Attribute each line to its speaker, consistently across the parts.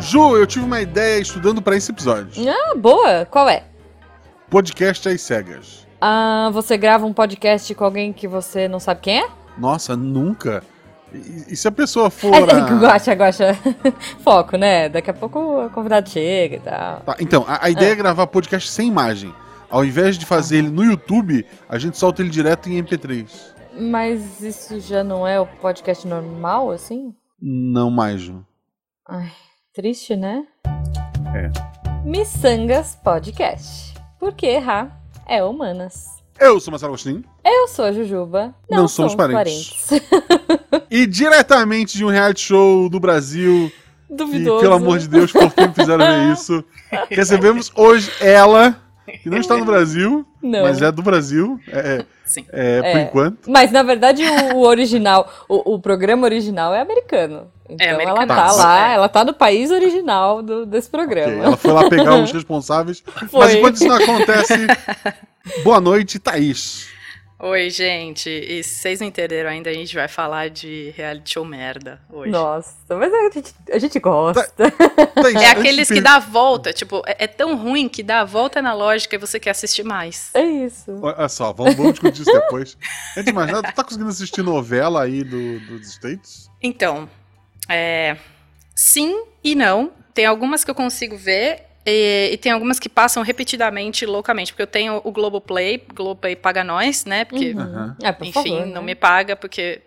Speaker 1: Ju, eu tive uma ideia estudando para esse episódio.
Speaker 2: Ah, boa! Qual é?
Speaker 1: Podcast às cegas.
Speaker 2: Ah, você grava um podcast com alguém que você não sabe quem é?
Speaker 1: Nossa, nunca. E, e se a pessoa for.
Speaker 2: É,
Speaker 1: a-
Speaker 2: gosta, gosta. Foco, né? Daqui a pouco o convidado chega e tal.
Speaker 1: Tá, então, a, a ideia é. gravar podcast sem imagem. Ao invés de fazer
Speaker 2: Ah.
Speaker 1: ele no YouTube, a gente solta ele direto em MP3.
Speaker 2: Mas isso já não é o podcast normal, assim?
Speaker 1: Não mais, Ju.
Speaker 2: Triste, né?
Speaker 1: É.
Speaker 2: Missangas Podcast. Porque errar é humanas.
Speaker 1: Eu sou Marcelo Agostinho.
Speaker 2: Eu sou a Jujuba. Não,
Speaker 1: Não somos parentes. e diretamente de um reality show do Brasil. E
Speaker 2: Duvidoso.
Speaker 1: pelo amor de Deus, por que me fizeram ver isso? Recebemos hoje ela, que não está no Brasil,
Speaker 2: Não.
Speaker 1: mas é do Brasil. É, é-
Speaker 3: Sim.
Speaker 1: é, por
Speaker 2: É.
Speaker 1: enquanto.
Speaker 2: Mas, na verdade, o, o original, o, o programa original é americano. Então ela
Speaker 3: americano.
Speaker 2: tá
Speaker 1: Tá,
Speaker 2: lá,
Speaker 3: é.
Speaker 2: ela tá no país original do- desse
Speaker 1: Ok,
Speaker 2: programa.
Speaker 1: Ela tá foi lá pegar os responsáveis. Mas
Speaker 2: Foi.
Speaker 1: enquanto isso não acontece, boa noite, Thaís.
Speaker 3: Oi, gente. E se vocês não entenderam ainda, a gente vai falar de reality show merda hoje.
Speaker 2: Nossa, mas a gente, a gente gosta.
Speaker 1: Tá. Thaís,
Speaker 3: É
Speaker 1: antes
Speaker 3: aqueles
Speaker 1: de
Speaker 3: que
Speaker 1: per-
Speaker 3: dá a volta, tipo, é, é tão ruim que dá a volta na lógica e você quer assistir mais.
Speaker 2: É isso.
Speaker 1: Olha só, vamos, vamos discutir isso depois. Antes de mais nada, tu tá conseguindo assistir novela aí do, dos States?
Speaker 3: Então, é, sim e não. Tem algumas que eu consigo ver e, e tem algumas que passam repetidamente, loucamente. Porque eu tenho o Globoplay, Globoplay paga nós, né? Porque,
Speaker 2: Uhum.
Speaker 1: Aham.
Speaker 2: É, por
Speaker 3: enfim,
Speaker 2: favor,
Speaker 3: não
Speaker 2: né?
Speaker 3: me paga, porque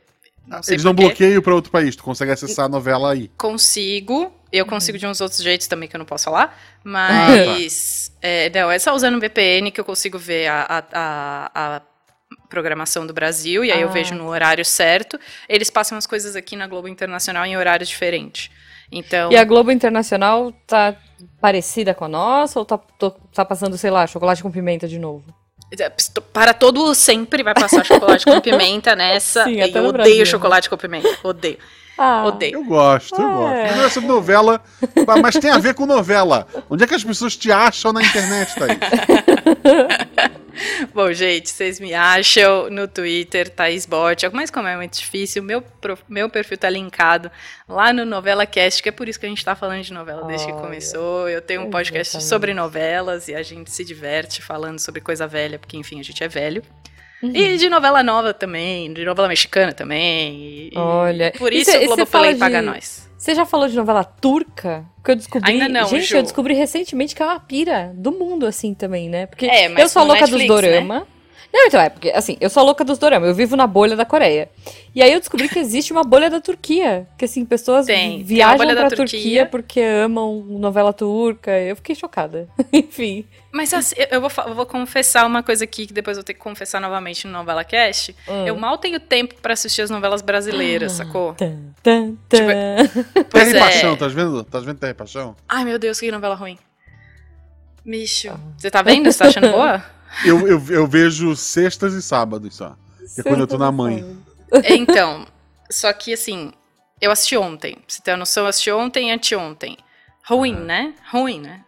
Speaker 3: não sei
Speaker 1: Eles não
Speaker 3: por quê.
Speaker 1: bloqueiam pra outro país, tu consegue acessar a novela aí.
Speaker 3: Consigo. Eu
Speaker 2: Uhum.
Speaker 3: consigo de uns outros jeitos também que eu não posso falar.
Speaker 2: Ah, tá.
Speaker 3: Mas. é, não, é só usando o VPN que eu consigo ver a, a- a- a programação do Brasil. E aí eu
Speaker 2: Ah.
Speaker 3: vejo no horário certo. Eles passam as coisas aqui na Globo Internacional em horários diferentes. Então.
Speaker 2: E a Globo Internacional tá parecida com a nossa ou tá, tô- tá passando, sei lá, chocolate com pimenta de novo?
Speaker 3: é, Para todo o sempre vai passar chocolate com pimenta nessa.
Speaker 2: Sim,
Speaker 3: E
Speaker 2: até
Speaker 3: eu
Speaker 2: no
Speaker 3: odeio
Speaker 2: Brasil. né?
Speaker 3: chocolate com pimenta. Odeio.
Speaker 2: Ah,
Speaker 3: Odeio.
Speaker 1: Eu gosto, eu
Speaker 2: É.
Speaker 1: gosto. Mas não é sobre novela, mas- mas tem a ver com novela. Onde é que as pessoas te acham na internet, Thaís?
Speaker 3: Bom, gente, vocês me acham no Twitter, Thaís Bot. Mas como é muito difícil, meu, pro- meu perfil tá linkado lá no Novela Cast, que é por isso que a gente tá falando de novela desde que
Speaker 2: Olha,
Speaker 3: começou. Eu tenho um podcast
Speaker 2: exatamente.
Speaker 3: sobre novelas e a gente se diverte falando sobre coisa velha, porque enfim, a gente é velho.
Speaker 2: Uhum.
Speaker 3: E de novela nova também, de novela mexicana também. e- e
Speaker 2: Olha,
Speaker 3: Por
Speaker 2: e
Speaker 3: isso
Speaker 2: cê- e
Speaker 3: o
Speaker 2: cê
Speaker 3: Globoplay
Speaker 2: fala de-
Speaker 3: paga nós.
Speaker 2: Você já falou de novela turca? Que eu descobri.
Speaker 3: Ainda não,
Speaker 2: Gente,
Speaker 3: Ju.
Speaker 2: eu descobri recentemente que é uma pira do mundo, assim, também, né? Porque
Speaker 3: É, mas
Speaker 2: eu sou a
Speaker 3: no
Speaker 2: louca
Speaker 3: Netflix,
Speaker 2: dos dorama. Não, então é, porque assim, eu sou a louca dos dorama, eu vivo na bolha da Coreia. E aí eu descobri que existe uma bolha da Turquia. Que assim, pessoas
Speaker 3: Tem, tem a
Speaker 2: viajam
Speaker 3: bolha da
Speaker 2: pra
Speaker 3: Turquia.
Speaker 2: porque amam novela turca. Eu fiquei chocada. Enfim.
Speaker 3: Mas assim, eu- eu vou, fa- eu vou confessar uma coisa aqui que depois eu vou ter que confessar novamente no Novela Cast. Hum.
Speaker 2: Hum.
Speaker 3: Eu mal tenho tempo pra assistir as novelas brasileiras,
Speaker 2: Ah.
Speaker 3: sacou?
Speaker 2: Tan, tan, tan.
Speaker 1: Terra
Speaker 3: Pois
Speaker 1: e
Speaker 3: é.
Speaker 1: Paixão, tá vendo? Tá vendo Terra e Paixão?
Speaker 3: Ai, meu Deus, que novela ruim. Micho,
Speaker 2: Ah.
Speaker 3: você tá vendo? Você tá achando boa?
Speaker 1: Eu, eu, eu vejo sextas e sábados só.
Speaker 3: Tipo,
Speaker 1: é quando eu tô na mãe.
Speaker 3: Então, só que assim, eu assisti ontem. Pra Você tem a noção, eu assisti ontem e anteontem. Ruim, né? Ruim, né?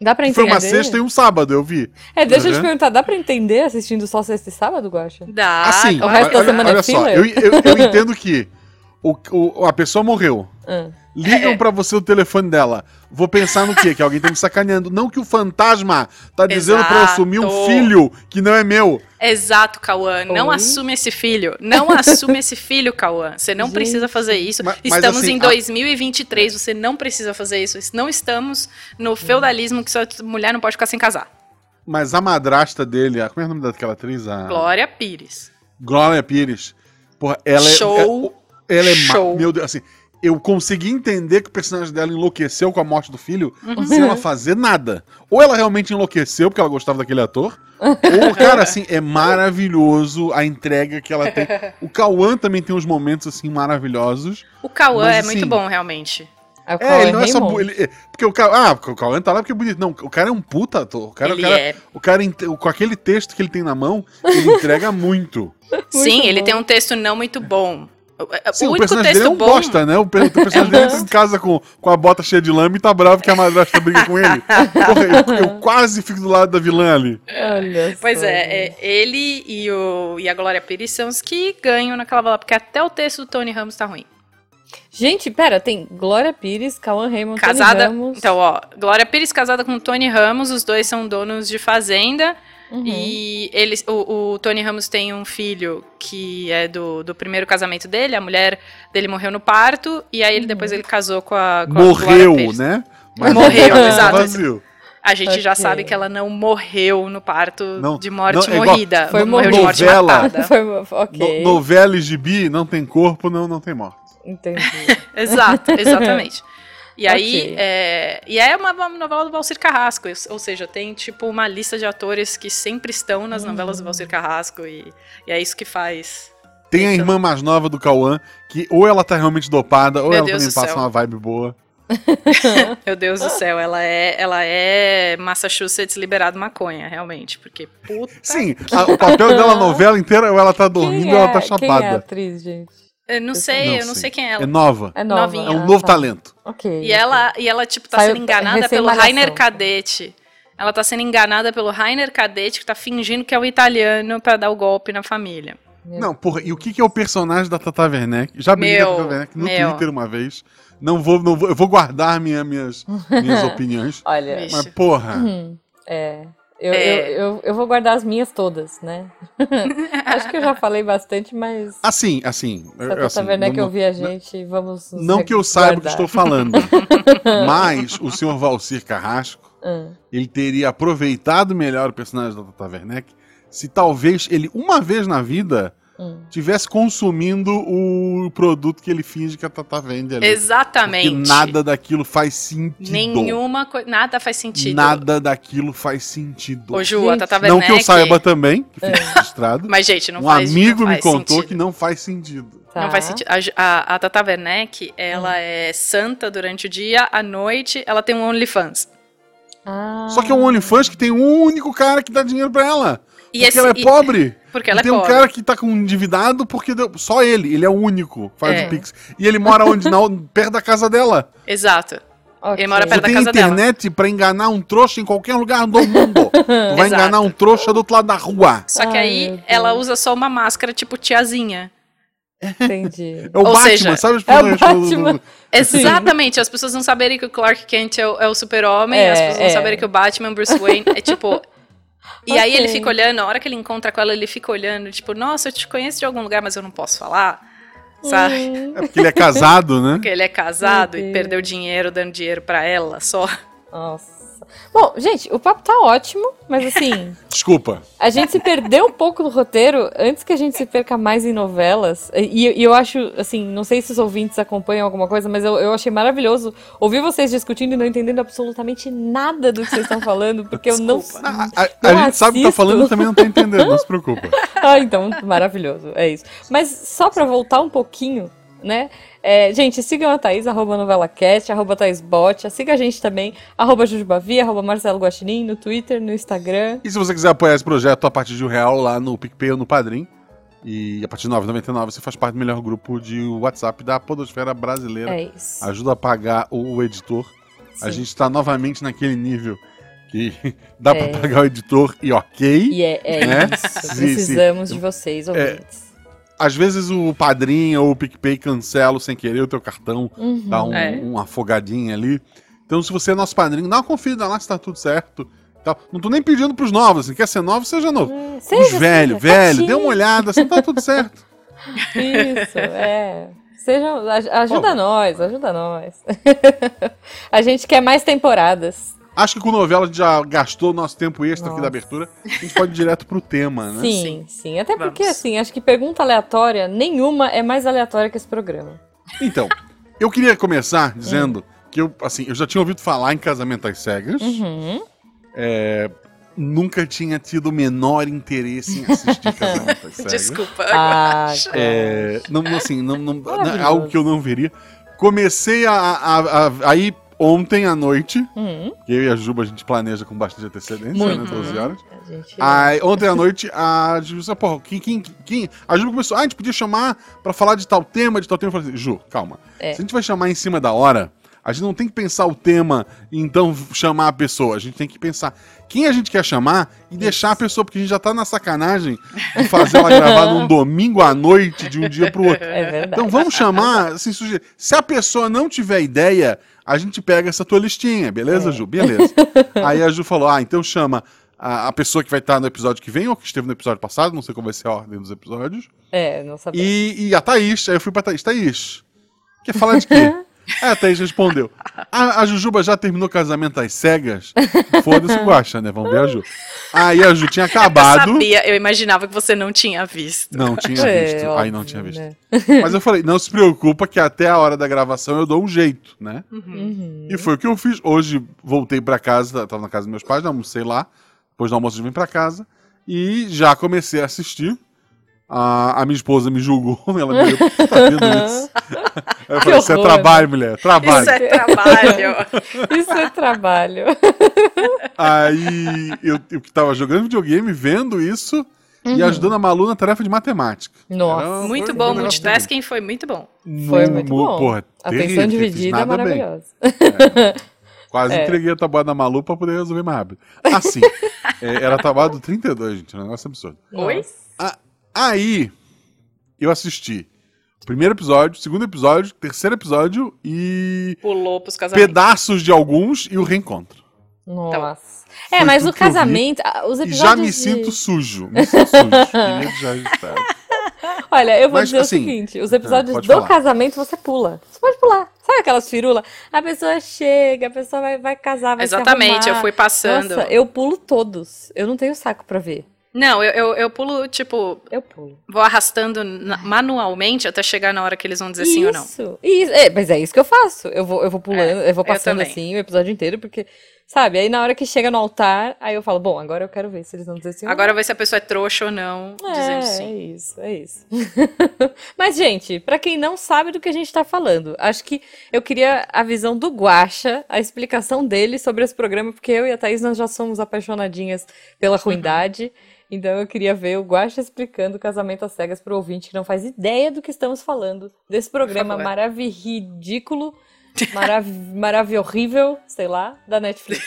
Speaker 2: Dá pra
Speaker 1: Foi
Speaker 2: entender?
Speaker 1: uma sexta e um sábado, eu vi.
Speaker 2: É, deixa eu te
Speaker 1: Uhum.
Speaker 2: perguntar, dá pra entender assistindo só sexta e sábado, Guaxa?
Speaker 3: Dá.
Speaker 1: Assim,
Speaker 2: Ah, o resto da
Speaker 1: olha,
Speaker 2: semana é
Speaker 1: olha só, eu,
Speaker 2: filler?
Speaker 1: eu, eu entendo que o, o- a pessoa morreu.
Speaker 2: Ah.
Speaker 1: Ligam pra você o telefone dela. Vou pensar no quê? Que alguém tá me sacaneando. Não que o fantasma tá dizendo pra eu assumir um
Speaker 3: Exato.
Speaker 1: filho que não é meu.
Speaker 3: Exato, Cauã. Não
Speaker 2: Oi?
Speaker 3: assume esse filho. Não assume esse filho, Cauã. Você não
Speaker 2: Gente.
Speaker 3: precisa fazer isso.
Speaker 1: Ma- mas
Speaker 3: estamos
Speaker 1: assim,
Speaker 3: em
Speaker 1: a-
Speaker 3: 2023. Você não precisa fazer isso. Não estamos
Speaker 2: Hum.
Speaker 3: no feudalismo que sua mulher não pode ficar sem casar.
Speaker 1: Mas a madrasta dele, a- como é o nome daquela atriz? A...
Speaker 3: Glória Pires.
Speaker 1: Glória Pires. Porra, ela é.
Speaker 3: Show.
Speaker 1: é- ela é ma-
Speaker 3: Show.
Speaker 1: Meu Deus, assim. Eu consegui entender que o personagem dela enlouqueceu com a morte do filho sem ela fazer nada. Ou ela realmente enlouqueceu porque ela gostava daquele ator. ou, cara, assim, é maravilhoso a entrega que ela tem. O Cauã também tem uns momentos, assim, maravilhosos.
Speaker 3: O Cauã
Speaker 1: Mas,
Speaker 3: é
Speaker 1: assim,
Speaker 3: muito bom, realmente.
Speaker 2: É, o
Speaker 1: É, ele
Speaker 2: Cauê
Speaker 1: não é só.
Speaker 2: Raymond.
Speaker 1: bu- Ele, é- porque o Cauã. Ah, porque o Cauã tá lá porque é bonito. Não, o cara é um puta ator. O cara, o
Speaker 3: ele
Speaker 1: cara,
Speaker 3: é.
Speaker 1: o cara ent- com aquele texto que ele tem na mão, ele entrega muito.
Speaker 3: Sim,
Speaker 2: bom.
Speaker 3: ele tem um texto não muito bom. O-
Speaker 1: Sim,
Speaker 3: o
Speaker 1: o,
Speaker 3: único
Speaker 1: personagem
Speaker 3: texto
Speaker 1: dele é um
Speaker 3: bom.
Speaker 1: bosta, né? O, pe- o personagem dele entra em casa com, com a bota cheia de lama e tá bravo que a madrasta briga com ele. Porra, eu, eu quase fico do lado da vilã ali.
Speaker 2: Olha
Speaker 3: Pois
Speaker 2: só.
Speaker 3: é, é, ele e, o, e a Glória Pires são os que ganham naquela bola, porque até o texto do Tony Ramos tá ruim.
Speaker 2: Gente, pera, tem Glória Pires, Cauan Raymond,
Speaker 3: casada.
Speaker 2: Tony Ramos.
Speaker 3: Então, ó, Glória Pires casada com Tony Ramos, os dois são donos de fazenda.
Speaker 2: Uhum.
Speaker 3: E eles, o, o Tony Ramos tem um filho que é do, do primeiro casamento dele, a mulher dele morreu no parto, e aí ele,
Speaker 2: Uhum.
Speaker 3: depois ele casou com a. Com a Glória
Speaker 1: Morreu,
Speaker 3: Pires.
Speaker 1: né?
Speaker 3: Morreu,
Speaker 1: tá
Speaker 3: exato.
Speaker 1: Vazio.
Speaker 3: A gente já
Speaker 2: Ok.
Speaker 3: sabe que ela não morreu no parto
Speaker 1: Não,
Speaker 3: de morte
Speaker 1: não, é igual-
Speaker 3: morrida.
Speaker 2: Foi
Speaker 3: não morreu de morte
Speaker 1: novela.
Speaker 3: matada.
Speaker 2: Foi, ok,
Speaker 1: No, novela e gibi, não tem corpo, não, não tem morte.
Speaker 2: entendi.
Speaker 3: Exato, exatamente. E aí,
Speaker 2: Ok.
Speaker 3: é, e é uma, uma novela do Valcir Carrasco, ou seja, tem tipo uma lista de atores que sempre estão
Speaker 2: Hum.
Speaker 3: nas novelas do Valcir Carrasco e, e é isso que faz.
Speaker 1: Tem a
Speaker 3: Então-
Speaker 1: irmã mais nova do Cauã, que ou ela tá realmente dopada, ou
Speaker 3: Meu
Speaker 1: ela
Speaker 3: Deus
Speaker 1: também
Speaker 3: do
Speaker 1: passa
Speaker 3: céu.
Speaker 1: uma vibe boa.
Speaker 3: Meu Deus do céu, ela é, ela é Massachusetts liberado maconha, realmente, porque puta.
Speaker 1: Sim, a- o papel dela a novela inteira, ou ela tá dormindo,
Speaker 2: Quem
Speaker 1: ou
Speaker 2: é-
Speaker 1: ela tá
Speaker 2: Quem é a
Speaker 1: chapada.
Speaker 2: atriz, gente?
Speaker 3: Eu não
Speaker 2: Eu
Speaker 3: sei,
Speaker 1: não
Speaker 3: eu não
Speaker 1: sei.
Speaker 3: sei quem é
Speaker 1: É
Speaker 3: ela.
Speaker 1: nova.
Speaker 2: É nova.
Speaker 3: Novinha.
Speaker 1: É um
Speaker 2: ah,
Speaker 1: novo
Speaker 2: tá.
Speaker 1: talento.
Speaker 2: Ok.
Speaker 3: E ela, e ela tipo, tá
Speaker 2: Saiu
Speaker 3: sendo enganada
Speaker 2: recém
Speaker 3: pelo
Speaker 2: Malhação.
Speaker 3: Rainer Cadete. Ela tá sendo enganada pelo Rainer Cadete, que tá fingindo que é o italiano pra dar o golpe na família.
Speaker 2: Meu
Speaker 1: Não, porra, e o que, que é o personagem da Tata Werneck? Já briguei com a
Speaker 3: Meu,
Speaker 1: Tata Werneck no
Speaker 3: meu.
Speaker 1: Twitter uma vez. Não vou, não vou, eu vou guardar minha, minhas, minhas opiniões.
Speaker 2: Olha,
Speaker 3: Vixe.
Speaker 1: Mas, porra,
Speaker 2: Hum, é. Eu,
Speaker 3: É.
Speaker 2: Eu, eu, eu vou guardar as minhas todas, né? Acho que eu já falei bastante, mas é
Speaker 1: assim, assim.
Speaker 2: se
Speaker 1: eu-
Speaker 2: a Tata
Speaker 1: assim,
Speaker 2: Werneck
Speaker 1: não-
Speaker 2: ouvir a gente, vamos. nos
Speaker 1: Não que eu saiba o que
Speaker 2: guardar.
Speaker 1: estou falando, mas o senhor Valcir Carrasco,
Speaker 2: Hum.
Speaker 1: ele teria aproveitado melhor o personagem da Tata Werneck se talvez ele, uma vez na vida,
Speaker 2: Hum.
Speaker 1: tivesse consumindo o produto que ele finge que a Tata vende ali. Porque
Speaker 3: Exatamente.
Speaker 1: nada daquilo faz sentido.
Speaker 3: Nenhuma coisa. Nada faz sentido.
Speaker 1: Nada daquilo faz sentido.
Speaker 3: Ô, Ju, a
Speaker 2: Gente.
Speaker 3: Tata
Speaker 1: não que eu
Speaker 3: Werneck-
Speaker 1: saiba também, que fica registrado.
Speaker 3: É. Mas, gente, não
Speaker 1: um
Speaker 3: faz
Speaker 1: amigo
Speaker 3: não
Speaker 1: me
Speaker 3: faz
Speaker 1: contou
Speaker 3: sentido.
Speaker 1: que não faz sentido.
Speaker 2: Tá. Hum.
Speaker 3: Não faz sentido. A, Ju- a, a Tata Werneck, ela é santa durante o dia, à noite ela tem um OnlyFans.
Speaker 2: Ah.
Speaker 1: Só que é um OnlyFans que tem um único cara que dá dinheiro pra ela.
Speaker 3: E
Speaker 1: porque
Speaker 3: esse-
Speaker 1: ela é
Speaker 3: e-
Speaker 1: pobre.
Speaker 3: Porque ela
Speaker 1: e tem
Speaker 3: é
Speaker 1: um
Speaker 3: pobre.
Speaker 1: cara que tá com um endividado porque deu- só ele. Ele é o único que faz
Speaker 3: É.
Speaker 1: o Pix. E ele mora onde? Na- perto da casa dela.
Speaker 3: Exato.
Speaker 2: Ok.
Speaker 3: Ele mora
Speaker 1: Tu
Speaker 3: perto da
Speaker 1: tem
Speaker 3: casa dela.
Speaker 1: internet pra enganar um trouxa em qualquer lugar do mundo. tu vai
Speaker 3: Exato.
Speaker 1: enganar um trouxa do outro lado da rua.
Speaker 3: Só que
Speaker 2: Ai, meu
Speaker 3: aí
Speaker 2: Deus.
Speaker 3: ela usa só uma máscara tipo tiazinha.
Speaker 2: Entendi.
Speaker 1: É o
Speaker 3: Ou
Speaker 1: Batman,
Speaker 3: seja,
Speaker 1: sabe? As
Speaker 2: é o
Speaker 1: pessoas-
Speaker 2: Batman. Assim.
Speaker 3: Exatamente, as pessoas não saberem que o Clark Kent é o, é o super-homem,
Speaker 2: É,
Speaker 3: as pessoas não
Speaker 2: é.
Speaker 3: saberem que o Batman, Bruce Wayne, é tipo... E aí
Speaker 2: Ok.
Speaker 3: ele fica olhando, a hora que ele encontra com ela, ele fica olhando, tipo, nossa, eu te conheço de algum lugar, mas eu não posso falar, sabe?
Speaker 2: Hum.
Speaker 1: É porque ele é casado, né?
Speaker 3: Porque ele é casado
Speaker 2: Meu
Speaker 3: e
Speaker 2: Deus.
Speaker 3: perdeu dinheiro dando dinheiro pra ela só.
Speaker 2: Nossa. Bom, gente, o papo tá ótimo, mas assim.
Speaker 1: Desculpa.
Speaker 2: A gente se perdeu um pouco no roteiro antes que a gente se perca mais em novelas. E, e eu acho, assim, não sei se os ouvintes acompanham alguma coisa, mas eu, eu achei maravilhoso ouvir vocês discutindo e não entendendo absolutamente nada do que vocês estão falando, porque eu não.
Speaker 3: Desculpa.
Speaker 1: A, a- a
Speaker 2: Não
Speaker 1: gente sabe o que tá
Speaker 2: assisto.
Speaker 1: falando e também não tá entendendo, não se preocupa.
Speaker 2: Ah, então, maravilhoso, é isso. Mas só pra voltar um pouquinho, né? é, gente, sigam a Thaís, arroba novelacast, arroba Thaísbot, siga a gente também, arroba Jujubavi, arroba Marcelo Guaxinim, no Twitter, no Instagram.
Speaker 1: E se você quiser apoiar esse projeto a partir de um real lá no PicPay ou no Padrim, e a partir de 9,99 você faz parte do melhor grupo de WhatsApp da podosfera brasileira.
Speaker 2: É isso.
Speaker 1: Ajuda a pagar o editor. A
Speaker 2: Sim.
Speaker 1: gente tá novamente naquele nível que dá pra
Speaker 2: É.
Speaker 1: pagar o editor e ok.
Speaker 2: E é, é
Speaker 1: Né?
Speaker 2: isso.
Speaker 1: Sim, É. sim.
Speaker 2: Precisamos de vocês, ouvintes.
Speaker 1: Às vezes o Padrim ou o PicPay cancela sem querer o teu cartão,
Speaker 2: Uhum.
Speaker 1: dá um,
Speaker 3: É.
Speaker 1: uma afogadinha ali. Então, se você é nosso padrinho, dá uma conferida lá se tá tudo certo. e tal. Não tô nem pedindo pros novos, assim, quer ser novo, seja novo.
Speaker 2: É,
Speaker 1: Os
Speaker 2: seja,
Speaker 1: velhos,
Speaker 2: seja,
Speaker 1: velho,
Speaker 2: fatinho.
Speaker 1: dê uma olhada, assim, tá tudo certo.
Speaker 2: Isso, é. Seja, aj- ajuda
Speaker 1: Pô.
Speaker 2: nós, ajuda nós. a gente quer mais temporadas.
Speaker 1: Acho que com novela a gente já gastou o nosso tempo extra aqui
Speaker 2: Nossa.
Speaker 1: da abertura. A gente pode ir direto pro tema, né?
Speaker 2: Sim, sim,
Speaker 3: Sim.
Speaker 2: Até porque,
Speaker 3: Vamos.
Speaker 2: assim, acho que pergunta aleatória, nenhuma é mais aleatória que esse programa.
Speaker 1: Então, eu queria começar dizendo que eu, assim, eu já tinha ouvido falar em Casamento às Cegas.
Speaker 2: Hum. Uhum.
Speaker 1: Nunca tinha tido o menor interesse em assistir Casamento às Cegas.
Speaker 3: Desculpa.
Speaker 2: Ah, cara.
Speaker 1: É, não, não, assim, não, não-
Speaker 2: Maravilhoso.
Speaker 1: não- algo que eu não veria. Comecei a, a, a- a ir ontem à noite,
Speaker 2: Uhum.
Speaker 1: que eu e a Juba a gente planeja com bastante antecedência, né?
Speaker 2: Muito.
Speaker 1: 12 horas.
Speaker 2: A gente...
Speaker 1: Aí, ontem à noite, a Ju disse, "Ah, porra, quem, quem, quem? A Ju começou, ah, a gente podia chamar pra falar de tal tema, de tal tema. Eu falei assim, Ju, calma.
Speaker 2: É.
Speaker 1: Se a gente vai chamar em cima da hora, A gente não tem que pensar o tema e então chamar a pessoa. A gente tem que pensar quem a gente quer chamar e deixar a pessoa, porque a gente já tá na sacanagem de fazer ela gravar num domingo à noite de um dia pro outro.
Speaker 2: É verdade.
Speaker 1: Então vamos chamar, assim, sugerir. Se a pessoa não tiver ideia, a gente pega essa tua listinha,
Speaker 3: É.
Speaker 1: beleza, Ju? Beleza. Aí a Ju falou: ah, então chama a, a pessoa que vai estar no episódio que vem, ou que esteve no episódio passado, não sei qual vai ser a ordem dos episódios.
Speaker 2: É, não sabia.
Speaker 1: E, e a Thaís, aí eu fui pra Thaís, Thaís, quer falar de quê? Aí a Thaís respondeu. A, a Jujuba já terminou casamento às cegas? Foda-se o Guaxa, né? Vamos ver a Ju. Aí a Ju tinha
Speaker 3: Eu
Speaker 1: acabado.
Speaker 3: sabia, eu imaginava que você não tinha visto.
Speaker 1: Não tinha
Speaker 2: É,
Speaker 1: visto. Aí não
Speaker 2: óbvio,
Speaker 1: tinha visto.
Speaker 2: né?
Speaker 1: Mas eu falei, não se preocupa que até a hora da gravação eu dou um jeito, né?
Speaker 2: Uhum.
Speaker 1: E foi o que eu fiz. Hoje voltei pra casa, tava na casa dos meus pais, né? almocei lá. Depois do almoço eu vim pra casa. E já comecei a assistir. A, a minha esposa me julgou, ela me olhou, "Por que tá vendo isso? Eu falei, isso é
Speaker 2: horror.
Speaker 1: trabalho, mulher, trabalho.
Speaker 3: Isso é trabalho.
Speaker 2: Isso é trabalho.
Speaker 1: Aí eu, eu que tava jogando videogame, vendo isso e
Speaker 2: Uhum.
Speaker 1: ajudando a Malu na tarefa de matemática.
Speaker 2: Nossa.
Speaker 1: Era uma-
Speaker 3: muito
Speaker 1: foi um
Speaker 3: bom,
Speaker 1: negócio
Speaker 3: multitasking foi muito bom.
Speaker 1: muito-
Speaker 2: Foi muito bom.
Speaker 1: Porra, terrível,
Speaker 2: Atenção
Speaker 1: não fiz
Speaker 2: dividida é
Speaker 1: nada bem.
Speaker 2: maravilhosa.
Speaker 1: Quase
Speaker 2: É.
Speaker 1: entreguei a tabuada da Malu pra poder resolver mais rápido. Assim, é, era a tabuada do 32, gente, um negócio absurdo.
Speaker 3: Oi?
Speaker 2: Nossa.
Speaker 1: Aí, eu assisti primeiro episódio, segundo episódio, terceiro episódio e
Speaker 3: Pulou pros casamentos.
Speaker 1: pedaços de alguns e o reencontro.
Speaker 3: Então,
Speaker 2: Nossa.
Speaker 1: Foi
Speaker 2: É, mas
Speaker 1: tudo
Speaker 2: o
Speaker 1: que eu vi.
Speaker 2: casamento, ah, os
Speaker 1: E
Speaker 2: episódios
Speaker 1: já me
Speaker 2: de-
Speaker 1: sinto sujo. Me sinto sujo. Queria que já registrasse.
Speaker 2: Olha, eu vou
Speaker 1: Mas,
Speaker 2: dizer
Speaker 1: assim,
Speaker 2: o seguinte: os
Speaker 1: ah,
Speaker 2: episódios
Speaker 1: pode
Speaker 2: do
Speaker 1: falar.
Speaker 2: casamento você pula. Você pode pular. Sabe aquelas firulas? A pessoa chega, a pessoa vai, vai casar, vai
Speaker 3: Exatamente,
Speaker 2: se
Speaker 3: eu
Speaker 2: arrumar.
Speaker 3: fui passando.
Speaker 2: Nossa, eu pulo todos. Eu não tenho saco pra ver.
Speaker 3: Não, eu, eu, eu pulo, tipo,
Speaker 2: Eu pulo.
Speaker 3: vou arrastando na- manualmente até chegar na hora que eles vão dizer sim Assim ou não.
Speaker 2: É.
Speaker 3: É,
Speaker 2: Isso. Isso. É, mas é isso que eu faço. Eu vou, eu vou pulando, eu vou
Speaker 3: eu
Speaker 2: passando
Speaker 3: também.
Speaker 2: assim o episódio inteiro, porque, sabe? Aí na hora que chega no altar, aí eu falo: bom, agora eu quero ver se eles vão dizer sim ou não.
Speaker 3: Agora vai se a pessoa é trouxa ou não,
Speaker 2: É,
Speaker 3: dizendo sim.
Speaker 2: é isso, é isso. Mas, gente, pra quem não sabe do que a gente tá falando, acho que eu queria a visão do Guaxa, a explicação dele sobre esse programa, porque eu e a Thaís nós já somos apaixonadinhas pela ruindade. Então eu queria ver o Guaxa explicando o casamento às cegas pro ouvinte que não faz ideia do que estamos falando desse programa
Speaker 3: favor.
Speaker 2: maravilhoso, ridículo, marav maravilhoso, horrível, sei lá, da Netflix.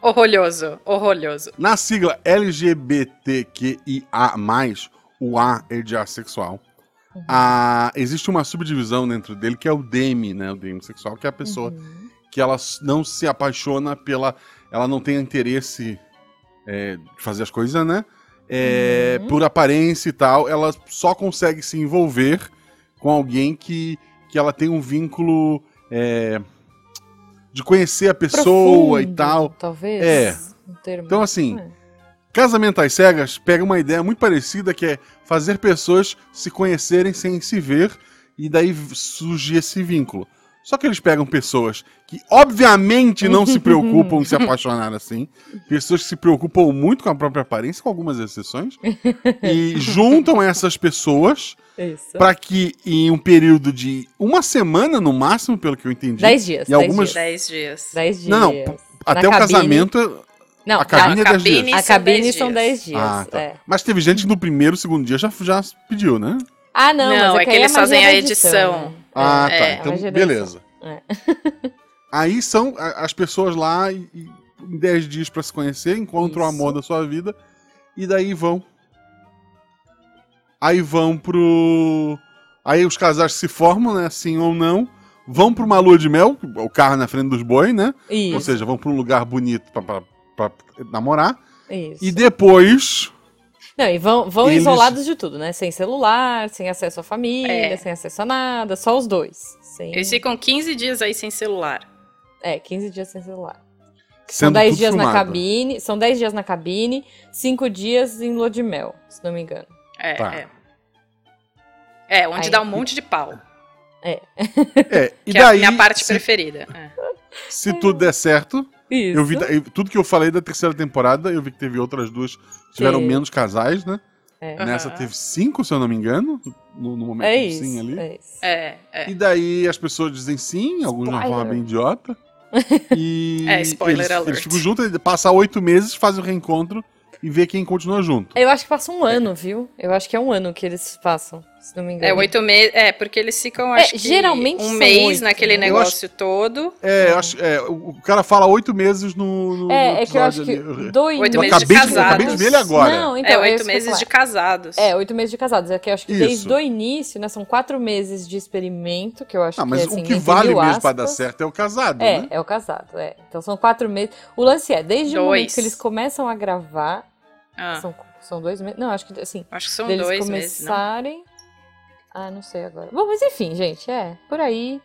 Speaker 3: Horroroso, horroroso.
Speaker 1: Na sigla LGBTQIA, o A é de assexual. A, existe uma subdivisão dentro dele que é o DM, né? O DM sexual, que é a pessoa que ela s- não se apaixona pela. Ela não tem interesse é, de fazer as coisas, né? É, Por aparência e tal, ela só consegue se envolver com alguém que, que ela tem um vínculo é, de conhecer a pessoa e
Speaker 2: Profundo,
Speaker 1: tal.
Speaker 2: Talvez.
Speaker 1: É.
Speaker 2: Um termo.
Speaker 1: Então, assim,
Speaker 2: É.
Speaker 1: Casamento às cegas pega uma ideia muito parecida que é fazer pessoas se conhecerem sem se ver e daí v- surge esse vínculo. Só que eles pegam pessoas que obviamente não se preocupam em se apaixonar assim, pessoas que se preocupam muito com a própria aparência, com algumas exceções, e juntam essas pessoas
Speaker 2: É Isso.
Speaker 1: para que em um período de uma semana no máximo, pelo que eu entendi,
Speaker 2: Dez dias.
Speaker 1: E
Speaker 2: dez
Speaker 1: algumas-
Speaker 2: dias.
Speaker 3: Dez dias.
Speaker 2: Dez dias.
Speaker 1: Não, não, até o
Speaker 2: cabine.
Speaker 1: casamento, é-
Speaker 2: Não,
Speaker 1: a
Speaker 2: a
Speaker 1: cabine é
Speaker 3: a
Speaker 1: dez dias.
Speaker 3: cabine-
Speaker 2: a
Speaker 3: são
Speaker 2: cabine
Speaker 3: dez
Speaker 2: são
Speaker 3: dias.
Speaker 2: 10 dias.
Speaker 1: Ah, tá.
Speaker 2: é.
Speaker 1: Mas teve gente que no primeiro, segundo dia já, já pediu, né?
Speaker 2: Ah, não,
Speaker 3: Não,
Speaker 2: mas
Speaker 3: é
Speaker 2: que
Speaker 3: que
Speaker 2: aí
Speaker 3: eles
Speaker 2: magia
Speaker 3: fazem
Speaker 2: da
Speaker 3: a edição.
Speaker 2: né?
Speaker 1: Ah,
Speaker 3: É,
Speaker 1: tá.
Speaker 3: é
Speaker 1: então,
Speaker 2: uma geração.
Speaker 1: beleza.
Speaker 2: É.
Speaker 1: Aí são a- as pessoas lá e, e em 10 dias pra se conhecer, encontram o
Speaker 2: Isso.
Speaker 1: amor da sua vida e daí vão. Aí vão pro. Aí os casais se formam, né? Sim ou não. Vão pra uma lua de mel, o carro na frente dos bois, né? Ou
Speaker 2: É. Isso,
Speaker 1: seja, vão pra um lugar bonito pra, pra- pra namorar.
Speaker 2: isso.
Speaker 1: E depois.
Speaker 2: Não, e vão, vão
Speaker 1: Eles-
Speaker 2: isolados de tudo, né? Sem celular, sem acesso à família,
Speaker 3: É.
Speaker 2: sem acesso a nada, só os dois. Sem...
Speaker 3: Eles ficam 15 dias aí sem celular.
Speaker 2: É, 15 dias sem celular. São
Speaker 1: Sendo
Speaker 2: 10
Speaker 1: tudo
Speaker 2: dias na
Speaker 1: filmado.
Speaker 2: cabine, são 10 dias na cabine, 5 dias em lua de mel, se não me engano.
Speaker 3: É,
Speaker 1: Tá.
Speaker 3: é. É, onde
Speaker 2: Aí.
Speaker 3: dá um monte de pau.
Speaker 1: É, e
Speaker 3: que
Speaker 1: daí.
Speaker 3: é a minha parte
Speaker 1: se,
Speaker 3: preferida. É.
Speaker 1: se tudo der certo,
Speaker 2: Isso.
Speaker 1: Eu vi da- eu- tudo que eu falei da terceira temporada, eu vi que teve outras duas que tiveram
Speaker 2: Sim.
Speaker 1: menos casais, né?
Speaker 2: É.
Speaker 1: Nessa
Speaker 3: Aham.
Speaker 1: teve cinco, se eu não me engano, no, no momento
Speaker 2: É
Speaker 1: do sim
Speaker 2: isso,
Speaker 1: ali.
Speaker 2: é isso.
Speaker 3: É, é.
Speaker 1: E daí as pessoas dizem sim, alguns de uma forma
Speaker 2: Spoiler.
Speaker 1: bem idiota. E
Speaker 3: É, spoiler
Speaker 1: eles,
Speaker 3: alert.
Speaker 1: eles ficam juntos, eles passam oito meses, fazem o reencontro e vê quem continua junto.
Speaker 2: É. Eu acho que passa um ano, viu? Eu acho que é um ano que eles passam. se não me engano.
Speaker 3: É, oito meses. É, porque eles ficam,
Speaker 2: É,
Speaker 3: acho que
Speaker 2: geralmente
Speaker 3: um
Speaker 2: são
Speaker 3: mês
Speaker 2: oito,
Speaker 3: naquele
Speaker 2: né?
Speaker 1: Eu acho-
Speaker 3: negócio todo.
Speaker 1: É, eu acho, é, o o cara fala oito meses no. no no
Speaker 2: É, é que eu acho
Speaker 1: episódio
Speaker 2: que
Speaker 1: ali.
Speaker 2: dois
Speaker 3: Oito
Speaker 1: Eu
Speaker 3: meses de
Speaker 1: acabei de, eu
Speaker 3: casados.
Speaker 1: acabei de ver ele agora.
Speaker 2: Não, então,
Speaker 3: é,
Speaker 2: é
Speaker 3: oito
Speaker 2: isso que eu ia
Speaker 3: meses
Speaker 2: falar.
Speaker 3: de casados.
Speaker 2: É, oito meses de casados. É que eu acho que
Speaker 1: Isso.
Speaker 2: desde o início, né? São quatro meses de experimento, que eu acho
Speaker 1: Ah, mas
Speaker 2: que assim,
Speaker 1: o que
Speaker 2: entre
Speaker 1: vale
Speaker 2: mil
Speaker 1: mesmo pra dar
Speaker 2: aspas,
Speaker 1: certo é o casado,
Speaker 2: É,
Speaker 1: né?
Speaker 2: é o casado, é. Então são quatro meses. O lance é, desde o momento
Speaker 3: Dois.
Speaker 2: que eles começam a gravar,
Speaker 3: Ah,
Speaker 2: são, são dois meses. Não, acho que assim,
Speaker 3: acho que são
Speaker 2: deles
Speaker 3: dois meses. Não.
Speaker 2: começarem. Ah, não sei agora. Bom, mas enfim, gente, é, por aí.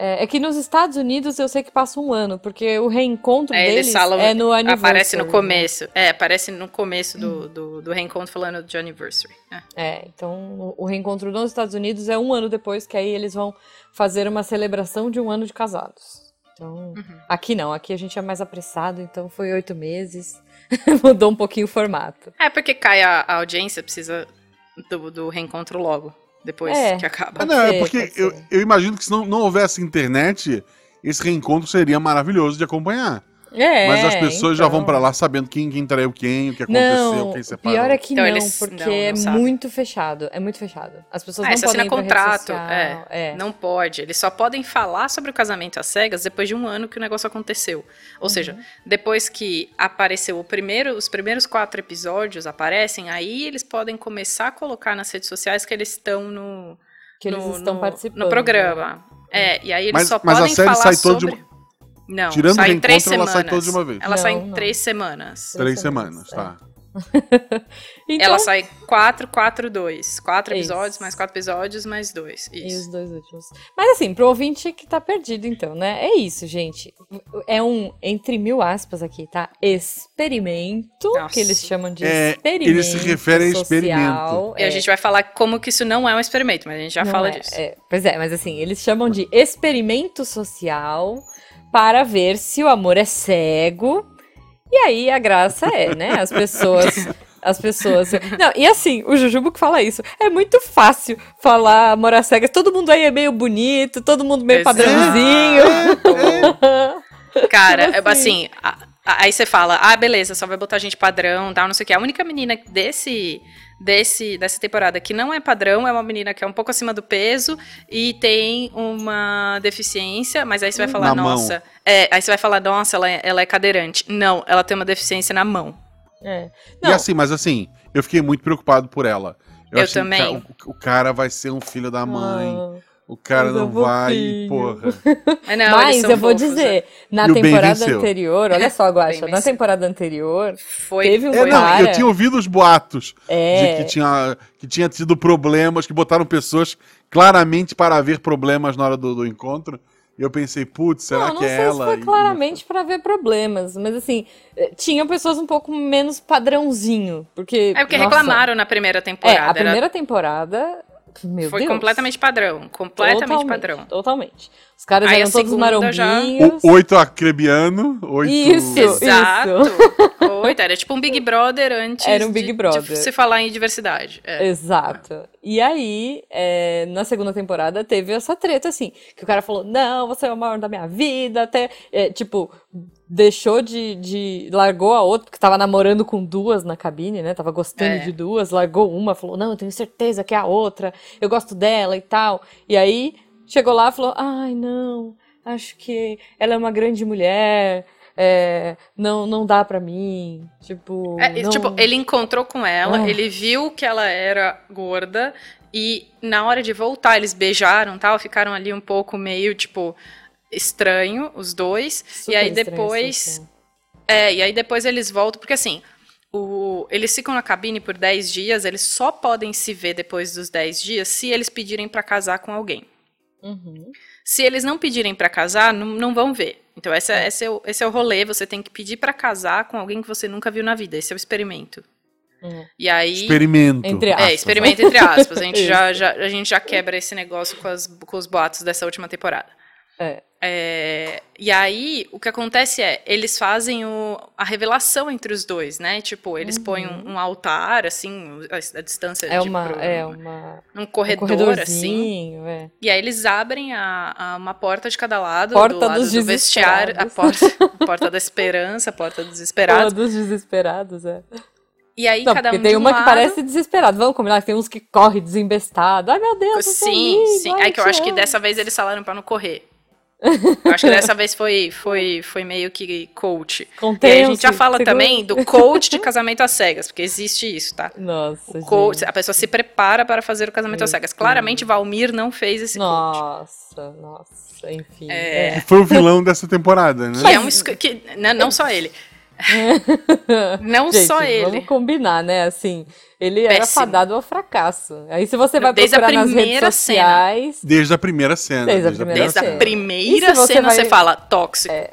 Speaker 2: É, é que nos Estados Unidos eu sei que passa um ano, porque o reencontro
Speaker 3: É, eles
Speaker 2: deles
Speaker 3: falam-
Speaker 2: é no aniversário.
Speaker 3: Aparece no começo. É, aparece no começo
Speaker 2: Hum.
Speaker 3: do, do, do reencontro falando de anniversary. É.
Speaker 2: É, então o o reencontro nos Estados Unidos é um ano depois, que aí eles vão fazer uma celebração de um ano de casados. Então,
Speaker 3: Uhum.
Speaker 2: aqui não, aqui a gente é mais apressado, então foi oito meses, mudou um pouquinho o formato.
Speaker 3: É, porque cai a, a audiência, precisa do, do reencontro logo, depois
Speaker 2: É.
Speaker 3: que acaba.
Speaker 1: Ah, não, é
Speaker 2: ser,
Speaker 1: porque
Speaker 2: pode ser.
Speaker 1: eu, eu imagino que se não, não houvesse internet, esse reencontro seria maravilhoso de acompanhar.
Speaker 2: É,
Speaker 1: Mas as pessoas já vão
Speaker 2: então.
Speaker 1: pra lá sabendo quem, quem traiu quem, o que aconteceu,
Speaker 2: Não,
Speaker 1: quem
Speaker 2: o
Speaker 1: separou.
Speaker 2: pior é que
Speaker 3: Então,
Speaker 2: não,
Speaker 3: eles-
Speaker 2: porque
Speaker 3: não, não
Speaker 2: é
Speaker 3: sabem.
Speaker 2: muito fechado, é muito fechado. As pessoas
Speaker 3: Ah,
Speaker 2: não
Speaker 3: você
Speaker 2: podem
Speaker 3: assina
Speaker 2: ir pra rede
Speaker 3: contrato,
Speaker 2: social,
Speaker 3: é.
Speaker 2: é.
Speaker 3: Não pode. Eles só podem falar sobre o casamento às cegas depois de um ano que o negócio aconteceu. Ou
Speaker 2: Uhum.
Speaker 3: seja, depois que apareceu o primeiro, os primeiros quatro episódios aparecem, aí eles podem começar a colocar nas redes sociais que eles estão no,
Speaker 2: que eles
Speaker 3: no-
Speaker 2: estão
Speaker 3: no-
Speaker 2: participando. né?
Speaker 3: no programa. É, e aí eles
Speaker 1: Mas-
Speaker 3: só
Speaker 1: mas a
Speaker 3: podem
Speaker 1: série
Speaker 3: falar
Speaker 1: sai toda de
Speaker 3: sobre. Não,
Speaker 1: Tirando
Speaker 3: sai
Speaker 1: o
Speaker 3: em três
Speaker 1: reencontro, ela sai
Speaker 3: semanas.
Speaker 1: toda de uma vez.
Speaker 3: Ela sai
Speaker 2: Não,
Speaker 3: em
Speaker 2: não.
Speaker 3: três semanas.
Speaker 1: Três
Speaker 2: semanas,
Speaker 1: semanas, tá.
Speaker 2: Então,
Speaker 3: Ela sai quatro, quatro, dois. Quatro
Speaker 2: Isso.
Speaker 3: episódios, mais quatro episódios, mais dois.
Speaker 2: E os
Speaker 3: Isso.
Speaker 2: dois últimos. Mas assim, pro ouvinte que tá perdido, então, né? É isso, gente. É um, entre mil aspas aqui, tá? Experimento,
Speaker 3: Nossa.
Speaker 2: que eles chamam de
Speaker 1: É,
Speaker 2: experimento.
Speaker 1: eles se referem a
Speaker 2: social,
Speaker 1: experimento.
Speaker 3: E a
Speaker 2: é.
Speaker 3: gente vai falar como que isso não é um experimento, mas a gente já
Speaker 2: Não
Speaker 3: fala
Speaker 2: é,
Speaker 3: disso.
Speaker 2: é. Pois é, mas assim, eles chamam de experimento social para ver se o amor é cego. E aí a graça é, né? As pessoas. As pessoas. Não, e assim, o Jujubo que fala isso. É muito fácil falar amor às cegas. Todo mundo aí é meio bonito, todo mundo meio
Speaker 3: Exato.
Speaker 2: padrãozinho. é, Ah,
Speaker 3: Cara,
Speaker 2: Tipo
Speaker 3: é assim, a- a- aí você fala, ah, beleza, só vai botar gente padrão, tal, não sei o quê. A única menina desse, desse, dessa temporada que não é padrão é uma menina que é um pouco acima do peso e tem uma deficiência, mas aí você vai
Speaker 2: Hum.
Speaker 3: falar,
Speaker 1: Na mão.
Speaker 3: nossa, é, aí você vai falar, nossa, ela é, ela é cadeirante. Não, ela tem uma deficiência na mão.
Speaker 2: É.
Speaker 1: E
Speaker 2: Não,
Speaker 1: assim, mas assim, eu fiquei muito preocupado por ela.
Speaker 3: Eu
Speaker 1: achei que
Speaker 3: também.
Speaker 1: o ca- O, o cara vai ser um filho da mãe.
Speaker 2: ah.
Speaker 1: O cara
Speaker 2: mas é
Speaker 1: não vai,
Speaker 2: fofinho.
Speaker 1: porra.
Speaker 3: Mas, É, não, eles
Speaker 2: Mas
Speaker 3: são
Speaker 2: eu vou
Speaker 3: fofos, né?
Speaker 2: dizer, na
Speaker 1: E o Ben
Speaker 2: temporada
Speaker 1: venceu.
Speaker 2: anterior, olha só, Guaxa, na
Speaker 3: venceu.
Speaker 2: temporada anterior,
Speaker 3: Foi,
Speaker 2: Teve um
Speaker 1: É,
Speaker 3: foi
Speaker 1: não,
Speaker 2: Para.
Speaker 1: eu tinha ouvido os boatos
Speaker 2: é,
Speaker 1: de que tinha, que tinha tido problemas, que botaram pessoas claramente para haver problemas na hora do, do encontro. E eu pensei, putz, será
Speaker 2: não, não
Speaker 1: que é
Speaker 2: sei
Speaker 1: ela?
Speaker 2: se foi
Speaker 1: E-
Speaker 2: claramente pra ver problemas, mas assim, eh, tinham pessoas um pouco menos padrãozinho, porque...
Speaker 3: É porque
Speaker 2: nossa,
Speaker 3: reclamaram na primeira
Speaker 2: É,
Speaker 3: temporada.
Speaker 2: a
Speaker 3: era-
Speaker 2: primeira temporada, meu
Speaker 3: foi
Speaker 2: Deus,
Speaker 3: completamente padrão. Completamente
Speaker 2: totalmente,
Speaker 3: padrão.
Speaker 2: Totalmente. Os caras
Speaker 3: Aí a
Speaker 2: eram todos
Speaker 3: segunda
Speaker 2: marombinhos.
Speaker 3: já-
Speaker 1: O, oito acrebiano, oito.
Speaker 2: Isso.
Speaker 3: Exato. Oito, era tipo um Big Brother antes.
Speaker 2: Era um Big
Speaker 3: de-
Speaker 2: Brother.
Speaker 3: de se falar em diversidade. É.
Speaker 2: Exato. E aí, é, na segunda temporada, teve essa treta, assim, que o cara falou, não, você é o maior da minha vida, até, é, tipo, deixou de, de- largou a outra, porque tava namorando com duas na cabine, né, tava gostando
Speaker 3: É.
Speaker 2: de duas, largou uma, falou, não, eu tenho certeza que é a outra, eu gosto dela e tal. E aí, chegou lá e falou, ai, não, acho que ela é uma grande mulher, é, não, não dá pra mim, tipo...
Speaker 3: É, e,
Speaker 2: não...
Speaker 3: Tipo, ele encontrou com ela,
Speaker 2: Ah.
Speaker 3: ele viu que ela era gorda e na hora de voltar eles beijaram, tal, ficaram ali um pouco meio tipo estranho os dois.
Speaker 2: super
Speaker 3: e aí
Speaker 2: estranho essa
Speaker 3: depois
Speaker 2: situação."
Speaker 3: É, e aí depois eles voltam, porque assim, o- eles ficam na cabine por 10 dias, eles só podem se ver depois dos 10 dias se eles pedirem pra casar com alguém.
Speaker 2: Uhum.
Speaker 3: Se eles não pedirem pra casar, não, não vão ver. Então essa- esse, é o, esse é o rolê, você tem que pedir pra casar com alguém que você nunca viu na vida, esse é o experimento.
Speaker 2: É.
Speaker 3: E aí...
Speaker 1: Experimento.
Speaker 2: Entre aspas. né?
Speaker 3: É, experimento entre aspas. A gente,
Speaker 2: Isso.
Speaker 3: já, já- a gente já quebra esse negócio com, as- com os boatos dessa última temporada.
Speaker 2: É.
Speaker 3: É, e aí, o que acontece é, eles fazem o- a revelação entre os dois, né? Tipo, eles
Speaker 2: Uhum.
Speaker 3: põem um, um altar, assim, a, a distância
Speaker 2: É
Speaker 3: de
Speaker 2: uma,
Speaker 3: pro-
Speaker 2: é uma
Speaker 3: Tipo, um
Speaker 2: um
Speaker 3: corredor, assim.
Speaker 2: corredorzinho, é.
Speaker 3: E aí eles abrem a, a- uma porta de cada lado,
Speaker 2: Porta
Speaker 3: do lado
Speaker 2: dos
Speaker 3: do vestiário, a porta, a porta da esperança, a porta dos
Speaker 2: Fala
Speaker 3: desesperados.
Speaker 2: dos desesperados, é.
Speaker 3: E aí
Speaker 2: Não,
Speaker 3: cada
Speaker 2: porque
Speaker 3: um
Speaker 2: tem
Speaker 3: de um
Speaker 2: uma que
Speaker 3: lado.
Speaker 2: parece desesperado. Vamos combinar que tem uns que corre desembestado. Ai, meu Deus, eu sou
Speaker 3: Sim,
Speaker 2: amigo,
Speaker 3: sim.
Speaker 2: ai,
Speaker 3: É que eu
Speaker 2: te
Speaker 3: acho que
Speaker 2: amo.
Speaker 3: dessa vez eles falaram pra não correr. Eu acho que dessa vez foi, foi, foi meio que coach. E aí a
Speaker 2: Contenham-se,
Speaker 3: gente já fala
Speaker 2: segura-
Speaker 3: também do coach de casamento às cegas, porque existe isso, tá?
Speaker 2: Nossa,
Speaker 3: O coach,
Speaker 2: gente.
Speaker 3: a pessoa se prepara para fazer o casamento
Speaker 2: Meu
Speaker 3: às cegas.
Speaker 2: Deus.
Speaker 3: Claramente, Valmir não fez esse assim, coach.
Speaker 2: Nossa, nossa, enfim.
Speaker 3: É.
Speaker 1: Que foi o vilão dessa temporada, né?
Speaker 3: Que é um esca- que, né, não só ele. não
Speaker 2: Gente,
Speaker 3: só ele.
Speaker 2: Vamos combinar, né? Assim, ele era
Speaker 3: Péssimo.
Speaker 2: fadado ao fracasso. Aí se você vai
Speaker 3: Desde a
Speaker 2: procurar nas redes
Speaker 3: primeira cena.
Speaker 2: sociais,
Speaker 1: Desde a primeira cena.
Speaker 2: Desde a primeira
Speaker 3: Desde a
Speaker 2: cena.
Speaker 3: primeira
Speaker 2: E se você
Speaker 3: cena
Speaker 2: vai-
Speaker 3: você fala tóxico.
Speaker 2: é,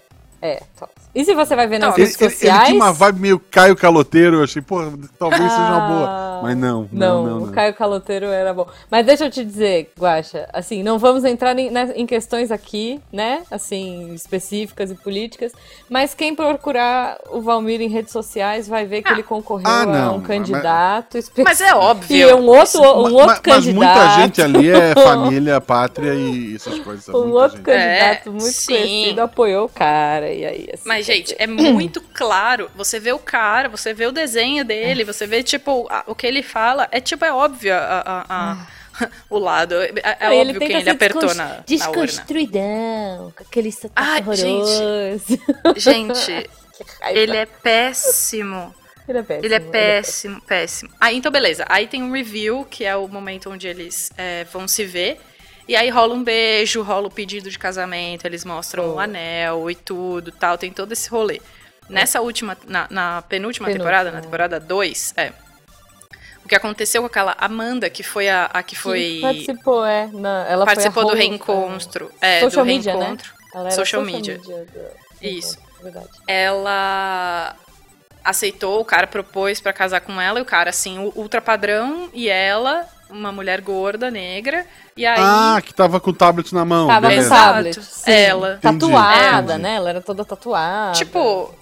Speaker 2: tóxico. E se você vai ver nas
Speaker 3: Tóxico.
Speaker 1: Ele,
Speaker 2: redes
Speaker 1: ele- ele
Speaker 2: sociais,
Speaker 1: tinha uma vibe meio Caio Caloteiro, eu achei, pô, talvez seja uma boa.
Speaker 2: Ah.
Speaker 1: Mas não, não,
Speaker 2: Não,
Speaker 1: não. não.
Speaker 2: o Caio Caloteiro era bom. Mas deixa eu te dizer, Guaxa, assim, não vamos entrar em, nas- em questões aqui, né? Assim, específicas e políticas, mas quem procurar o Valmir em redes sociais vai ver que
Speaker 3: Ah.
Speaker 2: ele concorreu
Speaker 1: Ah,
Speaker 2: a
Speaker 1: não,
Speaker 2: um
Speaker 1: mas-
Speaker 2: candidato específico.
Speaker 3: Mas é óbvio.
Speaker 2: E um outro, um
Speaker 1: Ma-
Speaker 2: outro
Speaker 1: ma- mas
Speaker 2: candidato.
Speaker 1: muita gente ali é família, pátria e essas coisas.
Speaker 2: Um
Speaker 1: muita
Speaker 2: outro
Speaker 1: gente.
Speaker 2: candidato
Speaker 3: É,
Speaker 2: muito
Speaker 3: sim.
Speaker 2: conhecido apoiou o cara. E aí, assim,
Speaker 3: Mas,
Speaker 2: quer
Speaker 3: gente,
Speaker 2: dizer,
Speaker 3: é muito claro. Você vê o cara, você vê o desenho dele, você vê, tipo, a- o que ele fala. É tipo, é óbvio a- a- a- o lado. É, é
Speaker 2: aí
Speaker 3: óbvio quem ele
Speaker 2: ser
Speaker 3: apertou
Speaker 2: descons-
Speaker 3: na, na urna. Ah,
Speaker 2: Desconstruidão, com aquele sotaque
Speaker 3: Ai,
Speaker 2: horroroso.
Speaker 3: Gente,
Speaker 2: Que raiva.
Speaker 3: ele é péssimo.
Speaker 2: Ele é péssimo.
Speaker 3: Ele é péssimo, péssimo. Aí, então, beleza. Aí tem um review, que é o momento onde eles é, vão se ver. E aí rola um beijo, rola o pedido de casamento, eles mostram o
Speaker 2: Oh. É.
Speaker 3: anel e tudo tal. Tem todo esse rolê. Nessa última, na, na penúltima
Speaker 2: Penúltima,
Speaker 3: temporada, na
Speaker 2: é.
Speaker 3: temporada 2, é. O que aconteceu com aquela Amanda, que foi a, a que
Speaker 2: Que
Speaker 3: foi.
Speaker 2: Participou, é. na- ela foi a
Speaker 3: participou do
Speaker 2: host,
Speaker 3: reencontro. É, do
Speaker 2: Social media, né?
Speaker 3: reencontro.
Speaker 2: né? Ela era
Speaker 3: Social
Speaker 2: social
Speaker 3: media.
Speaker 2: media. do-
Speaker 3: Isso.
Speaker 2: Verdade.
Speaker 3: ela aceitou, o cara propôs pra casar com ela, e o cara, assim, u- ultra padrão, e ela, uma mulher gorda, negra, e aí
Speaker 1: Ah, que tava com o tablet na mão.
Speaker 2: Tava com
Speaker 1: beleza.
Speaker 3: tablet.
Speaker 2: tablet.
Speaker 3: Exato,
Speaker 2: sim.
Speaker 3: ela.
Speaker 2: Tatuada,
Speaker 1: Entendi.
Speaker 2: né? Ela era toda tatuada.
Speaker 3: Tipo.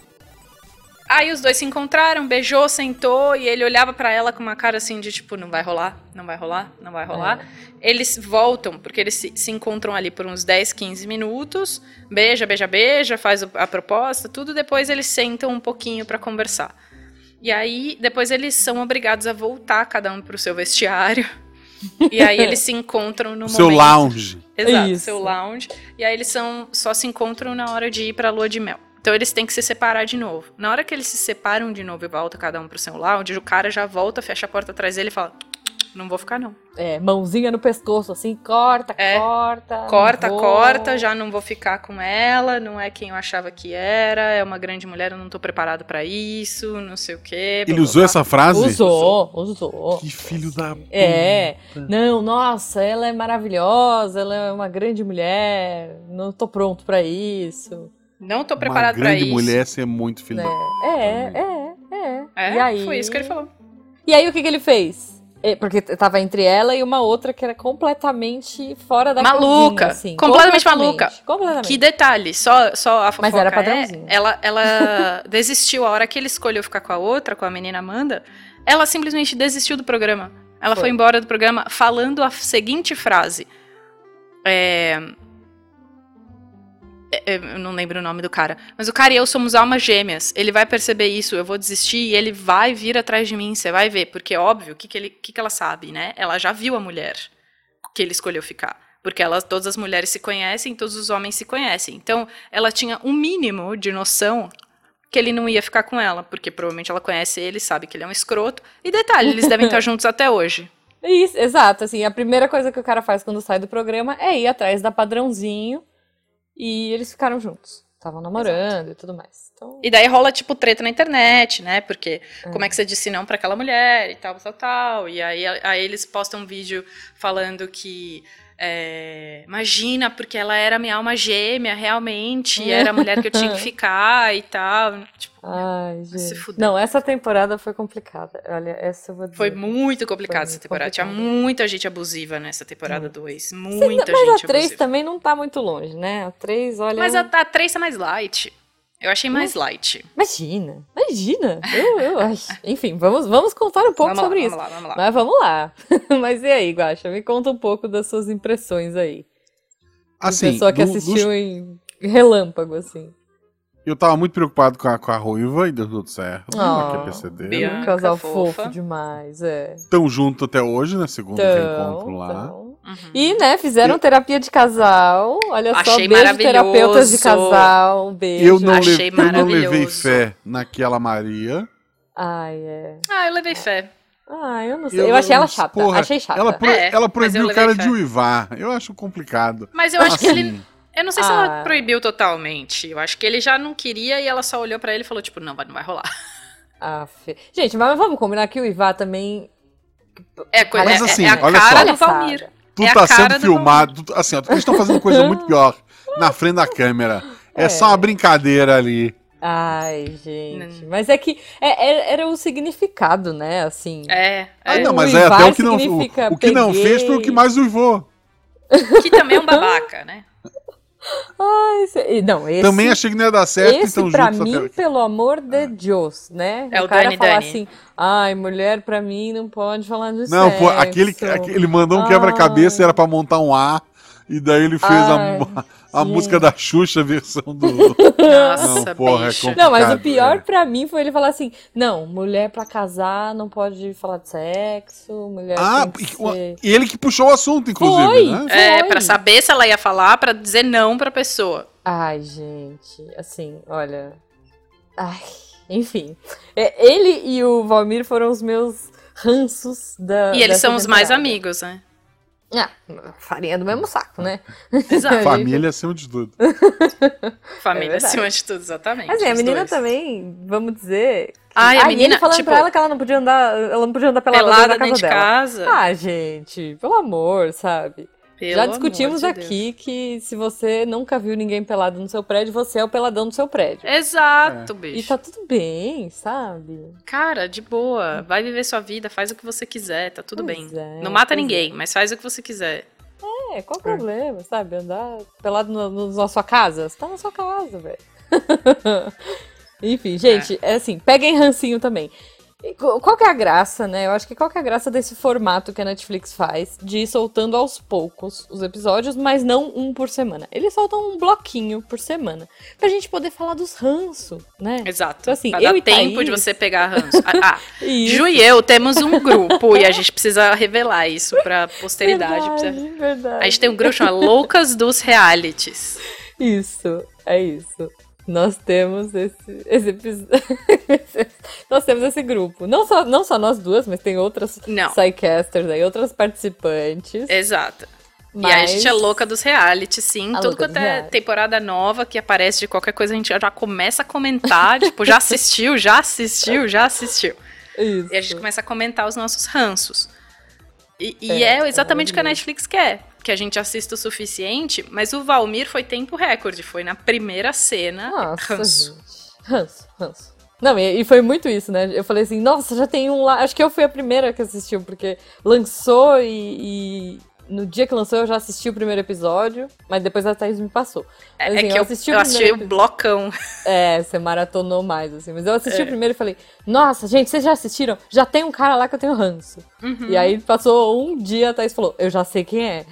Speaker 3: Aí os dois se encontraram, beijou, sentou e ele olhava pra ela com uma cara assim de tipo, não vai rolar, não vai rolar, não vai rolar. Eles voltam, porque eles se, se encontram ali por uns 10, 15 minutos, beija, beija, beija, faz o- a proposta, tudo, depois eles sentam um pouquinho pra conversar. E aí, depois eles são obrigados a voltar cada um pro seu vestiário. E aí eles se encontram no
Speaker 1: O seu
Speaker 3: momento-
Speaker 1: lounge.
Speaker 3: Exato,
Speaker 2: Isso.
Speaker 3: seu lounge. E aí eles são, só se encontram na hora de ir pra lua de mel. Então eles têm que se separar de novo. Na hora que eles se separam de novo e volta cada um pro seu lounge, o cara já volta, fecha a porta atrás dele e fala: Não vou ficar, não.
Speaker 2: É, mãozinha no pescoço, assim, corta,
Speaker 3: É.
Speaker 2: corta. não
Speaker 3: Corta,
Speaker 2: vou.
Speaker 3: corta, já não vou ficar com ela, não é quem eu achava que era, é uma grande mulher, eu não tô preparado pra isso, não sei o quê.
Speaker 1: Ele
Speaker 3: blá, blá,
Speaker 1: usou
Speaker 3: blá."
Speaker 1: essa frase?
Speaker 2: Usou, usou.
Speaker 1: Que filho da puta.
Speaker 2: É. Não, nossa, ela é maravilhosa, ela é uma grande mulher, não tô pronto pra isso.
Speaker 3: Não tô
Speaker 1: Uma
Speaker 3: preparado pra
Speaker 1: grande
Speaker 3: isso.
Speaker 1: mulher, você é muito filho
Speaker 2: Né?
Speaker 1: da puta.
Speaker 2: É, é, é.
Speaker 3: É,
Speaker 2: e aí?
Speaker 3: foi isso que ele falou.
Speaker 2: E aí o que, que ele fez? É, Porque t- tava entre ela e uma outra que era completamente fora da
Speaker 3: Maluca,
Speaker 2: casinha, assim.
Speaker 3: completamente maluca.
Speaker 2: Completamente.
Speaker 3: Que detalhe, só, só a fofoca
Speaker 2: Mas era
Speaker 3: é,
Speaker 2: padrãozinho.
Speaker 3: ela, ela desistiu a hora que ele escolheu ficar com a outra, com a menina Amanda, ela simplesmente desistiu do programa. Ela foi,
Speaker 2: Foi.
Speaker 3: embora do programa falando a seguinte frase. É, é, Eu não lembro o nome do cara. Mas o cara e eu somos almas gêmeas. Ele vai perceber isso. Eu vou desistir e ele vai vir atrás de mim. Você vai ver. Porque, é óbvio, o que, que, ele, o que, que ela sabe, né? Ela já viu a mulher que ele escolheu ficar. Porque elas, todas as mulheres se conhecem, todos os homens se conhecem. Então, ela tinha um mínimo de noção que ele não ia ficar com ela. Porque provavelmente ela conhece ele, sabe que ele é um escroto. E detalhe, eles devem estar juntos até hoje.
Speaker 2: É Isso, exato, assim, a primeira coisa que o cara faz quando sai do programa é ir atrás da padrãozinho e eles ficaram juntos. Estavam namorando e tudo mais. Então,
Speaker 3: E daí rola, tipo, treta na internet, né? Porque
Speaker 2: É.
Speaker 3: como é que você disse não pra aquela mulher e tal, tal, tal. E aí, aí eles postam um vídeo falando que. é, imagina, porque ela era minha alma gêmea, realmente. e Era a mulher que eu tinha que ficar e tal. Tipo,
Speaker 2: ai,
Speaker 3: se
Speaker 2: gente.
Speaker 3: fuder.
Speaker 2: Não, essa temporada foi complicada. Olha, essa eu vou dizer.
Speaker 3: foi muito complicado
Speaker 2: Foi
Speaker 3: essa
Speaker 2: muito
Speaker 3: temporada. Tinha
Speaker 2: complicado.
Speaker 3: muita gente abusiva nessa temporada 2.
Speaker 2: Sim,
Speaker 3: Muita
Speaker 2: mas
Speaker 3: gente
Speaker 2: a 3
Speaker 3: abusiva.
Speaker 2: também não tá muito longe, né? A 3, olha. Hum?
Speaker 3: Mas a, a 3 é mais light. Eu achei mais light.
Speaker 2: Imagina, imagina. Eu, eu acho. Enfim, vamos, vamos contar um pouco
Speaker 3: vamos
Speaker 2: sobre
Speaker 3: lá,
Speaker 2: isso.
Speaker 3: Vamos lá, vamos lá.
Speaker 2: Mas vamos lá. Mas e aí, Guaxa? Me conta um pouco das suas impressões aí. De
Speaker 1: Assim,
Speaker 2: pessoa que
Speaker 1: do- dos
Speaker 2: assistiu em relâmpago, assim.
Speaker 1: Eu tava muito preocupado com a, com a ruiva e deu tudo certo.
Speaker 2: Ah,
Speaker 1: aqui é PCD.
Speaker 3: Bia.
Speaker 2: Um
Speaker 3: Bianca,
Speaker 2: casal
Speaker 3: fofa.
Speaker 2: fofo demais, é.
Speaker 1: Estão junto até hoje, né? Segundo
Speaker 2: Então,
Speaker 1: reencontro lá.
Speaker 2: então. E, né, fizeram terapia de casal. Olha só,
Speaker 3: Uhum. Achei
Speaker 2: beijo terapeutas de
Speaker 3: maravilhoso.
Speaker 2: casal. Um beijo.
Speaker 1: Eu não,
Speaker 3: Achei
Speaker 1: leve- eu não
Speaker 3: maravilhoso.
Speaker 1: levei fé naquela Maria.
Speaker 2: Ai, é.
Speaker 3: Ah, eu levei fé.
Speaker 2: Ah, eu não sei.
Speaker 1: Eu
Speaker 2: Eu,
Speaker 1: não-
Speaker 2: achei ela chata.
Speaker 1: porra,
Speaker 2: achei chata.
Speaker 1: Ela, pro-
Speaker 3: É,
Speaker 1: ela
Speaker 3: mas eu
Speaker 1: proibiu o
Speaker 3: levei
Speaker 1: cara
Speaker 3: fé.
Speaker 1: de uivar. Eu acho complicado.
Speaker 3: Mas eu acho que
Speaker 1: Assim,
Speaker 3: ele. Eu não sei se ela
Speaker 2: Ah.
Speaker 3: proibiu totalmente. Eu acho que ele já não queria e ela só olhou pra ele e falou, tipo, não, vai- não vai rolar.
Speaker 2: Ah, fe- Gente, mas vamos combinar que o Ivar também.
Speaker 3: É, coisa,
Speaker 1: Mas
Speaker 3: é-
Speaker 1: assim,
Speaker 3: é, a
Speaker 1: olha
Speaker 3: cara
Speaker 1: só.
Speaker 3: do Valmir.
Speaker 1: Tu
Speaker 3: É a
Speaker 1: tá
Speaker 3: cara
Speaker 1: sendo
Speaker 3: do
Speaker 1: filmado. tu- assim, ó, eles estão fazendo coisa muito pior na frente da câmera. É,
Speaker 2: É.
Speaker 1: só uma brincadeira ali.
Speaker 2: Ai, gente. Mas é que é- é- era o significado, né? Assim.
Speaker 3: É,
Speaker 1: Ah,
Speaker 3: é.
Speaker 1: não,
Speaker 2: O
Speaker 1: mas é até
Speaker 2: uivar
Speaker 1: o que não o,
Speaker 2: significa
Speaker 1: o que não
Speaker 2: peguei.
Speaker 1: fez foi o que mais uivou.
Speaker 3: que também é um babaca, né?
Speaker 2: Esse- e não, esse.
Speaker 1: Também achei que não ia dar certo,
Speaker 2: esse
Speaker 1: então
Speaker 2: pra
Speaker 1: juntos
Speaker 2: mim,
Speaker 1: até.
Speaker 2: pelo amor de Deus, né?
Speaker 3: Ah. É o
Speaker 2: cara
Speaker 3: Dani
Speaker 2: falar
Speaker 3: Dani.
Speaker 2: assim, ai, mulher pra mim não pode falar de
Speaker 1: Não,
Speaker 2: sexo.
Speaker 1: pô, aquele, aquele ele mandou um
Speaker 2: Ai.
Speaker 1: quebra-cabeça, era pra montar um A, e daí ele fez
Speaker 2: Ai,
Speaker 1: a, a
Speaker 2: gente.
Speaker 1: música da Xuxa, a versão do.
Speaker 3: Nossa,
Speaker 1: Não, porra, é
Speaker 3: bicha.
Speaker 1: complicado.
Speaker 2: Não, mas o
Speaker 1: Cara,
Speaker 2: pior
Speaker 1: é.
Speaker 2: pra mim foi ele falar assim: não, mulher pra casar não pode falar de sexo, mulher.
Speaker 1: Ah,
Speaker 2: tem que
Speaker 1: e
Speaker 2: ser-
Speaker 1: e ele que puxou o assunto, inclusive,
Speaker 2: Foi.
Speaker 1: né?
Speaker 3: É,
Speaker 2: Foi.
Speaker 3: pra saber se ela ia falar, pra dizer não pra pessoa.
Speaker 2: Ai, gente, assim, olha. Ai, enfim. É, ele e o Valmir foram os meus ranços da.
Speaker 3: E eles
Speaker 2: dessa
Speaker 3: são os mais
Speaker 2: temporada.
Speaker 3: amigos, né?
Speaker 2: Ah, farinha do mesmo saco, né?
Speaker 3: Exato.
Speaker 1: Família acima de tudo.
Speaker 3: Família,
Speaker 2: É verdade.
Speaker 3: acima de tudo, exatamente.
Speaker 2: Mas é, a
Speaker 3: os
Speaker 2: menina
Speaker 3: dois.
Speaker 2: também, vamos dizer. que-
Speaker 3: Ai, a
Speaker 2: Ah, e
Speaker 3: menina,
Speaker 2: ele falando
Speaker 3: tipo,
Speaker 2: pra ela que ela não podia andar, ela não podia andar pelada,
Speaker 3: pelada
Speaker 2: dentro da casa
Speaker 3: dentro de
Speaker 2: dela.
Speaker 3: casa.
Speaker 2: Ah, gente, pelo amor, sabe?
Speaker 3: Pelo
Speaker 2: Já
Speaker 3: amor
Speaker 2: discutimos
Speaker 3: de Deus.
Speaker 2: aqui que se você nunca viu ninguém pelado no seu prédio, você é o peladão do seu prédio.
Speaker 3: Exato,
Speaker 2: E
Speaker 3: bicho.
Speaker 2: tá tudo bem, sabe?
Speaker 3: Cara, de boa. Vai viver sua vida, faz o que você quiser, tá tudo
Speaker 2: Pois
Speaker 3: bem.
Speaker 2: é,
Speaker 3: Não mata
Speaker 2: pois
Speaker 3: ninguém, mas faz o que você quiser.
Speaker 2: É, qual o problema, sabe? Andar pelado no- no- na sua casa? Você tá na sua casa, velho. Enfim, gente, é. assim, peguem rancinho também. E co- qual que é a graça, né? Eu acho que qual que é a graça desse formato que a Netflix faz de ir soltando aos poucos os episódios, mas não um por semana. Eles soltam um bloquinho por semana pra gente poder falar dos ranços, né?
Speaker 3: Exato.
Speaker 2: Então, assim,
Speaker 3: pra
Speaker 2: eu
Speaker 3: dar
Speaker 2: e
Speaker 3: tempo
Speaker 2: Thaís-
Speaker 3: de você pegar ranço. Ah, ah,
Speaker 2: E
Speaker 3: Ju e eu temos um grupo e a gente precisa revelar isso pra posteridade. precisa-
Speaker 2: Verdade, verdade.
Speaker 3: A gente tem um grupo chamado Loucas dos Realities.
Speaker 2: Isso, é isso. Nós temos esse, esse episódio. nós temos esse grupo. Não só, não só nós duas, mas tem outras
Speaker 3: Não.
Speaker 2: sidecasters aí, outras participantes.
Speaker 3: Exato. E aí a
Speaker 2: mas-
Speaker 3: gente é louca dos reality, sim.
Speaker 2: A
Speaker 3: Tudo
Speaker 2: louca
Speaker 3: quanto
Speaker 2: dos
Speaker 3: é
Speaker 2: reality.
Speaker 3: temporada nova que aparece de qualquer coisa, a gente já começa a comentar. tipo, já assistiu, já assistiu, já assistiu.
Speaker 2: Isso.
Speaker 3: E a gente começa a comentar os nossos ranços. E, e é, exatamente o que a Netflix quer. Que a gente assista o suficiente, mas o Valmir foi tempo recorde. Foi na primeira cena.
Speaker 2: Nossa,
Speaker 3: ranço.
Speaker 2: gente. Ranço, ranço. Não, e, e foi muito isso, né? Eu falei assim, nossa, já tem um lá. Acho que eu fui a primeira que assistiu, porque lançou e. e No dia que lançou, eu já assisti o primeiro episódio, mas depois a Thaís me passou.
Speaker 3: É,
Speaker 2: Mas,
Speaker 3: é
Speaker 2: assim,
Speaker 3: que eu, eu
Speaker 2: o
Speaker 3: assisti
Speaker 2: primeiro
Speaker 3: o blocão.
Speaker 2: É, você maratonou mais, assim. Mas eu
Speaker 3: É.
Speaker 2: assisti o primeiro e falei, nossa, gente, vocês já assistiram? Já tem um cara lá que eu tenho ranço.
Speaker 3: Uhum.
Speaker 2: E aí passou um dia, a Thaís falou, eu já sei quem é.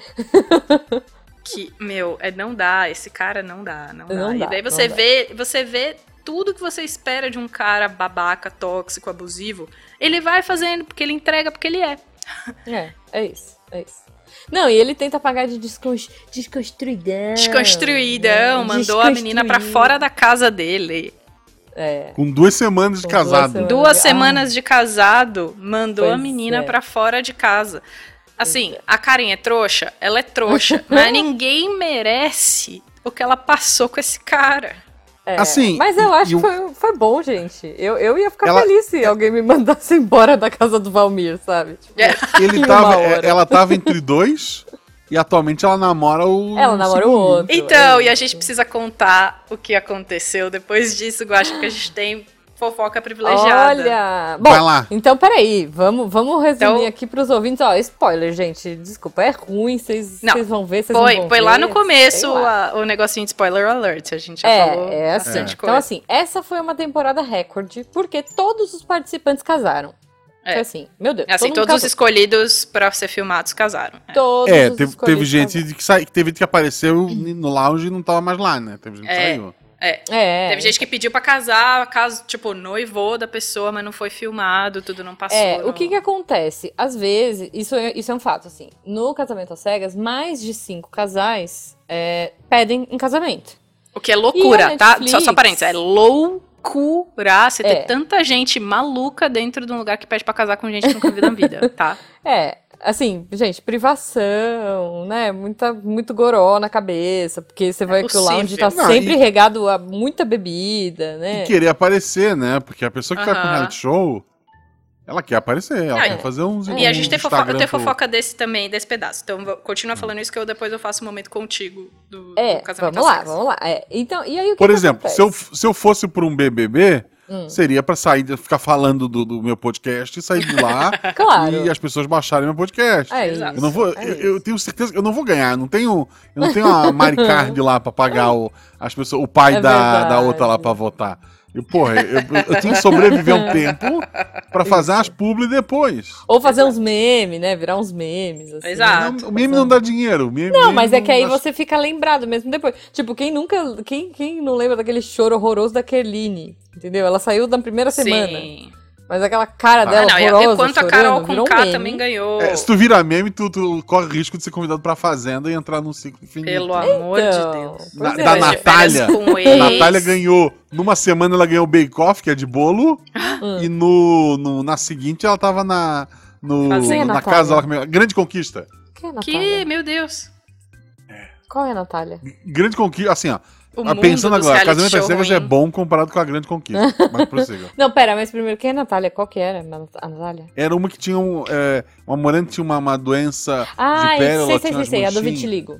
Speaker 3: que, meu, é, não dá, esse cara não dá, não,
Speaker 2: Não dá,
Speaker 3: dá. E daí
Speaker 2: não
Speaker 3: você
Speaker 2: dá.
Speaker 3: vê, você vê tudo que você espera de um cara babaca, tóxico, abusivo, ele vai fazendo porque ele entrega porque ele é.
Speaker 2: É, é isso, é isso. Não, e ele tenta pagar de descons... desconstruidão.
Speaker 3: Desconstruidão, mandou a menina pra fora da casa dele.
Speaker 2: É,
Speaker 1: Com duas semanas de
Speaker 2: Com duas
Speaker 1: casado.
Speaker 2: semanas.
Speaker 3: Duas
Speaker 2: Ah.
Speaker 3: semanas de casado, mandou a
Speaker 2: Pois
Speaker 3: menina
Speaker 2: é.
Speaker 3: pra fora de casa. Assim, a Karen é trouxa? Ela é trouxa, mas ninguém merece o que ela passou com esse cara.
Speaker 2: é.
Speaker 1: Assim,
Speaker 2: Mas eu
Speaker 1: e-
Speaker 2: acho
Speaker 1: e o-
Speaker 2: que foi, foi bom, gente. Eu, eu ia ficar
Speaker 1: Ela-
Speaker 2: feliz se alguém me mandasse embora da casa do Valmir, sabe? Tipo,
Speaker 3: É.
Speaker 1: Ele
Speaker 2: Uma
Speaker 1: tava,
Speaker 2: hora.
Speaker 1: ela tava entre dois e atualmente ela namora o.
Speaker 2: Ela namora o
Speaker 1: Hum, segundo.
Speaker 2: outro.
Speaker 3: Então,
Speaker 2: é
Speaker 3: e a
Speaker 2: isso.
Speaker 3: gente precisa contar o que aconteceu depois disso, Guaxa, porque a gente tem fofoca privilegiada.
Speaker 2: Olha! Bom,
Speaker 1: Vai lá.
Speaker 2: então peraí, vamos, vamos resumir
Speaker 3: Então-
Speaker 2: aqui pros ouvintes. Ó, spoiler, gente, desculpa, é ruim, vocês
Speaker 3: Não.
Speaker 2: vocês vão ver, vocês não
Speaker 3: Foi,
Speaker 2: vão
Speaker 3: foi lá
Speaker 2: ver,
Speaker 3: no começo
Speaker 2: sei lá.
Speaker 3: a- o negocinho de spoiler alert, a gente já falou
Speaker 2: É, é assim.
Speaker 3: bastante
Speaker 2: Então
Speaker 3: coisa.
Speaker 2: assim, essa foi uma temporada recorde, porque todos os participantes casaram.
Speaker 3: É.
Speaker 2: Foi assim, meu Deus,
Speaker 3: É assim,
Speaker 2: todo mundo
Speaker 3: todos os
Speaker 2: casou.
Speaker 3: escolhidos pra ser filmados casaram. É.
Speaker 2: Todos
Speaker 1: É,
Speaker 2: os
Speaker 1: teve,
Speaker 2: escolhidos
Speaker 1: teve gente
Speaker 2: casaram.
Speaker 1: que, sai, teve gente que apareceu no lounge e não tava mais lá, né? Teve gente que
Speaker 3: É.
Speaker 1: saiu.
Speaker 3: É.
Speaker 2: É.
Speaker 3: Teve gente que pediu pra casar, caso, tipo, noivou da pessoa, mas não foi filmado, tudo não passou.
Speaker 2: É,
Speaker 3: não-
Speaker 2: o que que acontece? Às vezes, isso é, isso é um fato, assim. No casamento às cegas, mais de cinco casais é, pedem em casamento.
Speaker 3: O que é
Speaker 2: E a
Speaker 3: loucura, tá?
Speaker 2: Netflix?
Speaker 3: Só, só parênteses, é loucura você
Speaker 2: É.
Speaker 3: ter tanta gente maluca dentro de um lugar que pede pra casar com gente que nunca viu na vida, tá?
Speaker 2: É, assim, gente, privação, né? Muita, muito goró na cabeça, porque você vai que o
Speaker 3: É possível.
Speaker 2: lounge tá
Speaker 1: Não,
Speaker 2: sempre
Speaker 1: e-
Speaker 2: regado a muita bebida, né?
Speaker 1: E querer aparecer, né? Porque a pessoa que tá com
Speaker 3: Aham.
Speaker 1: reality show, ela quer aparecer, ela
Speaker 3: Ah,
Speaker 1: quer fazer uns.
Speaker 2: E
Speaker 3: E a
Speaker 1: uns
Speaker 3: gente tem fofoca,
Speaker 1: Instagram
Speaker 3: eu tenho
Speaker 1: pro- Hum.
Speaker 3: fofoca desse também, desse pedaço. Então vou- continua falando isso que eu depois eu faço um momento contigo do,
Speaker 2: É,
Speaker 3: do casamento.
Speaker 2: vamos
Speaker 3: às
Speaker 2: lá,
Speaker 3: cegas.
Speaker 2: vamos lá. É, então, e aí o que
Speaker 1: Por
Speaker 2: que
Speaker 1: exemplo, se eu,
Speaker 2: acontece?
Speaker 1: se eu fosse por um BBB,
Speaker 2: Hum.
Speaker 1: seria pra sair, ficar falando do, do meu podcast e sair de lá
Speaker 2: Claro.
Speaker 1: e as pessoas baixarem meu podcast.
Speaker 2: É
Speaker 3: Exato.
Speaker 1: Eu não vou,
Speaker 2: é
Speaker 1: eu,
Speaker 2: isso.
Speaker 1: eu tenho certeza que eu não vou ganhar. eu Não tenho, eu não tenho a Maricard lá pra pagar o, as pessoas, o pai
Speaker 2: É
Speaker 1: da, da
Speaker 2: verdade.
Speaker 1: outra lá pra votar. Eu, porra, eu, eu- eu tenho que sobreviver um tempo pra fazer as publi depois.
Speaker 2: Ou fazer uns memes, né? Virar uns memes, assim.
Speaker 3: Exato. Ah,
Speaker 1: Não- o meme não dá dinheiro. o meme-
Speaker 2: Não,
Speaker 1: meme
Speaker 2: mas é que aí
Speaker 1: dá-
Speaker 2: você fica lembrado mesmo depois. Tipo, quem nunca. Quem, quem não lembra daquele choro horroroso da Kerline? Entendeu? Ela saiu na primeira semana.
Speaker 3: Sim.
Speaker 2: Mas aquela cara
Speaker 3: Ah,
Speaker 2: dela.
Speaker 3: não, e
Speaker 2: horrorosa,
Speaker 3: até quanto a Carol
Speaker 2: chorando, virou
Speaker 3: com
Speaker 2: um
Speaker 3: K
Speaker 2: meme.
Speaker 3: também ganhou.
Speaker 1: É, se tu virar meme, tu, tu corre risco de ser convidado pra fazenda e entrar num ciclo infinito.
Speaker 3: Pelo amor
Speaker 2: Então,
Speaker 3: de Deus.
Speaker 2: pois
Speaker 1: Da- da
Speaker 2: é.
Speaker 3: Depois de
Speaker 1: Natália.
Speaker 3: férias com o
Speaker 1: A
Speaker 3: ex.
Speaker 1: Natália ganhou. Numa semana ela ganhou o Bake Off, que é de bolo.
Speaker 2: Ah.
Speaker 1: e no, no- na seguinte ela tava na, no,
Speaker 3: Fazenda,
Speaker 1: na
Speaker 2: Natália.
Speaker 1: casa. Ela, grande conquista.
Speaker 2: Quem é a Natália?
Speaker 3: Que, meu Deus.
Speaker 2: Qual é a Natália?
Speaker 1: Grande conquista. Assim, ó.
Speaker 3: O
Speaker 1: ah,
Speaker 3: mundo
Speaker 1: pensando
Speaker 3: dos
Speaker 1: agora,
Speaker 3: reality
Speaker 1: casamento às
Speaker 3: show
Speaker 1: cegas
Speaker 3: ruim.
Speaker 1: é bom comparado com a grande conquista. mas prossiga.
Speaker 2: Não, pera, mas primeiro, quem é a Natália? Qual que era a Natália?
Speaker 1: Era uma que tinha um. É, uma morena que tinha uma, uma doença
Speaker 2: Ah,
Speaker 1: de pele.
Speaker 2: sei,
Speaker 1: ela
Speaker 2: sei,
Speaker 1: tinha
Speaker 2: sei,
Speaker 1: umas
Speaker 2: sei. A do
Speaker 1: manchinhas.
Speaker 2: Vitiligo.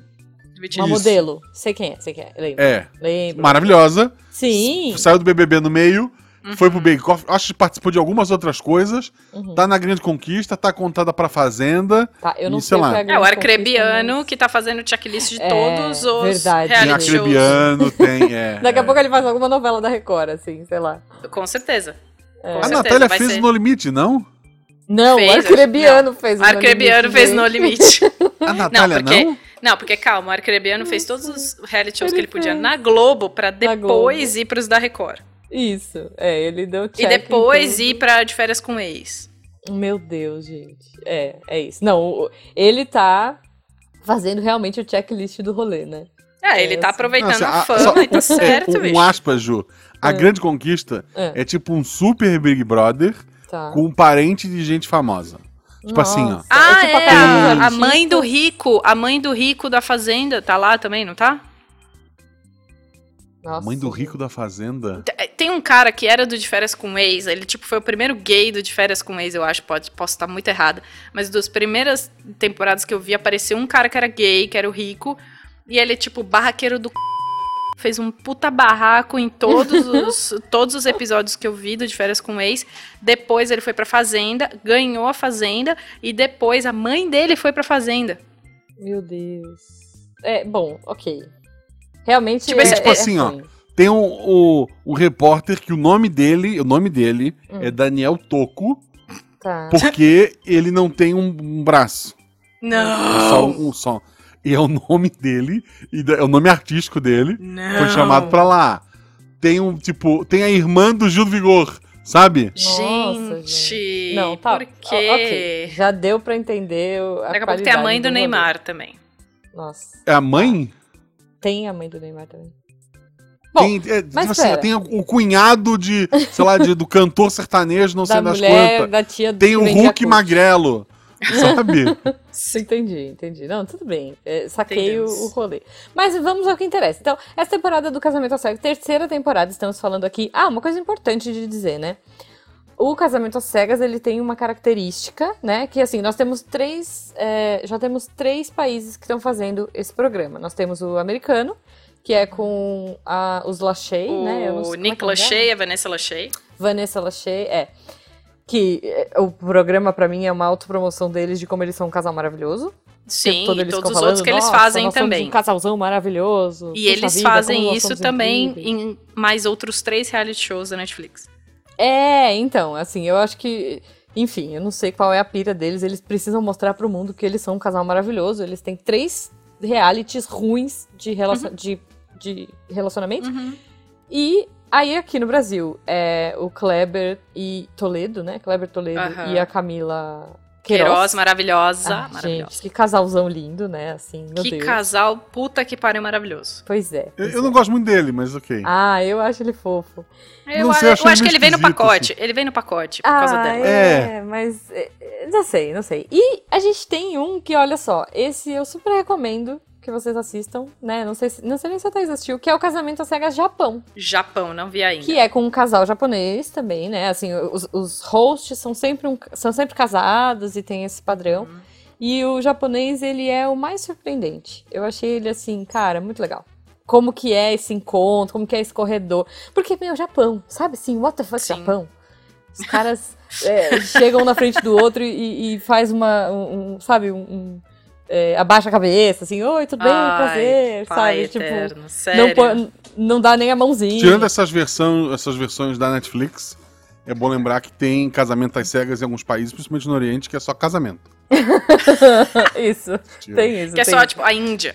Speaker 1: Isso.
Speaker 2: Uma modelo. Sei quem é, sei quem é. Lembro.
Speaker 1: É.
Speaker 2: Lembro.
Speaker 1: Maravilhosa.
Speaker 2: Sim.
Speaker 1: Saiu do BBB no meio. Foi pro Bake Off, acho que participou de algumas outras coisas.
Speaker 2: Uhum.
Speaker 1: Tá na Grande Conquista, tá contada pra Fazenda.
Speaker 2: Tá, eu não
Speaker 1: Isso
Speaker 2: sei
Speaker 1: lá.
Speaker 2: o que a
Speaker 1: É,
Speaker 2: grande
Speaker 3: É, o
Speaker 2: conquista,
Speaker 3: Arcrebiano
Speaker 2: mas-
Speaker 3: que tá fazendo checklist de
Speaker 2: É,
Speaker 3: todos os
Speaker 2: verdade,
Speaker 1: Tem
Speaker 2: Reality shows.
Speaker 1: Acrebiano, tem. É,
Speaker 2: Daqui a
Speaker 1: é.
Speaker 2: pouco ele faz alguma novela da Record, assim, sei lá.
Speaker 3: Com certeza.
Speaker 2: É.
Speaker 3: Com
Speaker 1: A
Speaker 3: certeza,
Speaker 1: Natália
Speaker 3: vai
Speaker 1: fez
Speaker 3: ser.
Speaker 1: No Limite, não?
Speaker 2: Não,
Speaker 3: Fez,
Speaker 2: o
Speaker 3: acho que
Speaker 2: Arcrebiano fez. o
Speaker 3: Arcrebiano
Speaker 2: Anonymous,
Speaker 3: fez
Speaker 2: gente.
Speaker 3: No Limite.
Speaker 1: A
Speaker 3: Não,
Speaker 1: Natália não?
Speaker 3: porque. Não, porque calma, o Arcrebiano fez todos os reality shows que
Speaker 2: Ele
Speaker 3: ele podia
Speaker 2: fez.
Speaker 3: na Globo pra
Speaker 2: Na
Speaker 3: depois
Speaker 2: Globo.
Speaker 3: ir pros da Record.
Speaker 2: Isso, é, ele deu check. então.
Speaker 3: e depois
Speaker 2: em
Speaker 3: ir pra de férias com o ex.
Speaker 2: tudo. Meu Deus, gente. É, é isso. Não, o- ele tá fazendo realmente o checklist do rolê, né?
Speaker 3: É, ele tá
Speaker 2: assim.
Speaker 3: aproveitando
Speaker 1: Não, assim,
Speaker 3: a
Speaker 1: a- só-
Speaker 3: fama e tá certo,
Speaker 1: é, um,
Speaker 3: bicho.
Speaker 1: um aspas, Ju. A Grande Conquista
Speaker 2: É.
Speaker 1: é. tipo um super Big Brother
Speaker 2: Tá.
Speaker 1: com um parente de gente famosa. Tipo assim, ó.
Speaker 2: Nossa,
Speaker 3: Ah,
Speaker 2: tipo a
Speaker 3: é,
Speaker 2: Carmen
Speaker 3: a, a
Speaker 2: Artista.
Speaker 3: mãe do rico, a mãe do rico da fazenda tá lá também, não tá?
Speaker 2: Nossa,
Speaker 1: Mãe do rico da fazenda.
Speaker 3: T- Tem um cara que era do De Férias com Ex, ele tipo foi o primeiro gay do De Férias com Ex, eu acho, pode, posso estar muito errada, mas das primeiras temporadas que eu vi apareceu um cara que era gay, que era o rico, e ele tipo barraqueiro do c... fez um puta barraco em todos os todos os episódios que eu vi do De Férias com Ex. Depois ele foi pra fazenda, ganhou a fazenda e depois a mãe dele foi pra fazenda.
Speaker 2: Meu Deus. É, bom, ok. Realmente. é,
Speaker 3: Tipo, esse-
Speaker 1: tipo assim, ó.
Speaker 2: ruim.
Speaker 1: Tem o, o, o repórter que o nome dele, o nome dele
Speaker 2: Hum.
Speaker 1: é Daniel Toco,
Speaker 2: Tá.
Speaker 1: porque ele não tem um, um braço. É Só um, um só. E é o nome dele, e da- é o nome artístico dele.
Speaker 3: Não.
Speaker 1: Foi chamado pra lá. Tem um, tipo, tem a irmã do Gil do Vigor, sabe?
Speaker 2: Nossa,
Speaker 3: Gente,
Speaker 2: Não, tá.
Speaker 3: por
Speaker 2: ó, ok,
Speaker 3: quê?
Speaker 2: Já deu pra entender o- a
Speaker 3: Daqui a pouco tem a
Speaker 2: qualidade
Speaker 3: mãe do
Speaker 2: rolê.
Speaker 3: Neymar também.
Speaker 2: Nossa.
Speaker 1: É a mãe?
Speaker 2: Tem a mãe do Neymar também. Bom,
Speaker 1: tem, é,
Speaker 2: mas
Speaker 1: tipo assim,
Speaker 2: pera.
Speaker 1: tem o cunhado de, sei lá, de, do cantor sertanejo, não sei
Speaker 2: da
Speaker 1: das
Speaker 2: mulher,
Speaker 1: quantas.
Speaker 2: da tia do
Speaker 1: Tem o
Speaker 2: que vendia
Speaker 1: Hulk
Speaker 2: coco.
Speaker 1: magrelo, sabe?
Speaker 2: Entendi, entendi. Não, tudo bem. É, saquei o,
Speaker 3: Entendemos.
Speaker 2: o rolê. Mas vamos ao que interessa. Então, essa temporada do Casamento ao Cego, terceira temporada, estamos falando aqui. Ah, uma coisa importante de dizer, né? O Casamento às Cegas, ele tem uma característica, né? Que assim, nós temos três. é, já temos três países que estão fazendo esse programa. Nós temos o americano, que é com a- os Lachey, né? Eu não sei como
Speaker 3: O
Speaker 2: é que
Speaker 3: Nick
Speaker 2: é nome dela.
Speaker 3: Lachey, a Vanessa Lachey.
Speaker 2: Vanessa Lachey, é. Que é, o programa, pra mim, é uma autopromoção deles de como eles são um casal maravilhoso
Speaker 3: Sim,
Speaker 2: tempo todo
Speaker 3: e
Speaker 2: eles
Speaker 3: todos
Speaker 2: ficam
Speaker 3: os
Speaker 2: falando,
Speaker 3: outros que eles
Speaker 2: "Nossa,
Speaker 3: fazem
Speaker 2: nós somos
Speaker 3: também.
Speaker 2: Um casalzão maravilhoso.
Speaker 3: E
Speaker 2: puxa
Speaker 3: eles
Speaker 2: vida, como
Speaker 3: fazem
Speaker 2: nós
Speaker 3: isso
Speaker 2: somos
Speaker 3: também
Speaker 2: incríveis."
Speaker 3: em mais outros três reality shows da Netflix.
Speaker 2: É, então, assim, eu acho que. Enfim, eu não sei qual é a pira deles. Eles precisam mostrar pro mundo que eles são um casal maravilhoso. Eles têm
Speaker 3: Uhum.
Speaker 2: três realities ruins de, relacion... de, de relacionamento. E aí aqui no Brasil é o Kleber e Toledo, né? Kleber Toledo
Speaker 3: Aham.
Speaker 2: e a Camila Queiroz.
Speaker 3: Queiroz, maravilhosa.
Speaker 2: Ah,
Speaker 3: maravilhosa.
Speaker 2: Gente, que casalzão lindo, né? Assim, meu
Speaker 3: que
Speaker 2: Deus.
Speaker 3: casal, puta que pariu, maravilhoso.
Speaker 2: Pois é.
Speaker 1: Eu,
Speaker 2: pois
Speaker 1: eu
Speaker 2: é.
Speaker 1: não gosto muito dele, mas ok.
Speaker 2: Ah, eu acho ele fofo.
Speaker 3: Eu,
Speaker 1: sei,
Speaker 3: eu
Speaker 1: achei
Speaker 3: acho assim. que
Speaker 1: meio
Speaker 3: ele vem no
Speaker 1: esquisito,
Speaker 3: pacote. Ele vem no pacote por causa dela.
Speaker 2: É, mas é, é, não sei, não sei. E a gente tem um que, olha só, esse eu super recomendo que vocês assistam, né? Não sei, se- não sei nem se a Thaís assistiu, que é o Casamento às Cegas Japão,
Speaker 3: Japão, não vi ainda.
Speaker 2: que é com um casal japonês também, né? Assim, os, os hosts são sempre, um- são sempre casados e tem esse padrão.
Speaker 3: Hum.
Speaker 2: E o japonês, ele é o mais surpreendente. Eu achei ele, assim, cara, muito legal. Como que é esse encontro, como que é esse corredor. Porque, meu, Japão, sabe assim, what the fuck,
Speaker 3: Sim.
Speaker 2: Japão? Os caras é, chegam na frente do outro e, e faz uma, um, um, sabe, um... um, é, abaixa a cabeça, assim, oi, tudo bem,
Speaker 3: Ai,
Speaker 2: prazer,
Speaker 3: Pai
Speaker 2: sabe? Tipo,
Speaker 3: eterno,
Speaker 2: não,
Speaker 3: sério.
Speaker 2: pô- não dá nem a mãozinha.
Speaker 1: Tirando essas, versão, essas versões da Netflix, é bom lembrar que tem casamento às cegas em alguns países, principalmente no Oriente, que é só casamento.
Speaker 2: isso,
Speaker 1: Tipo,
Speaker 2: tem isso.
Speaker 3: Que é
Speaker 2: tem
Speaker 3: só,
Speaker 2: isso.
Speaker 3: tipo, a Índia.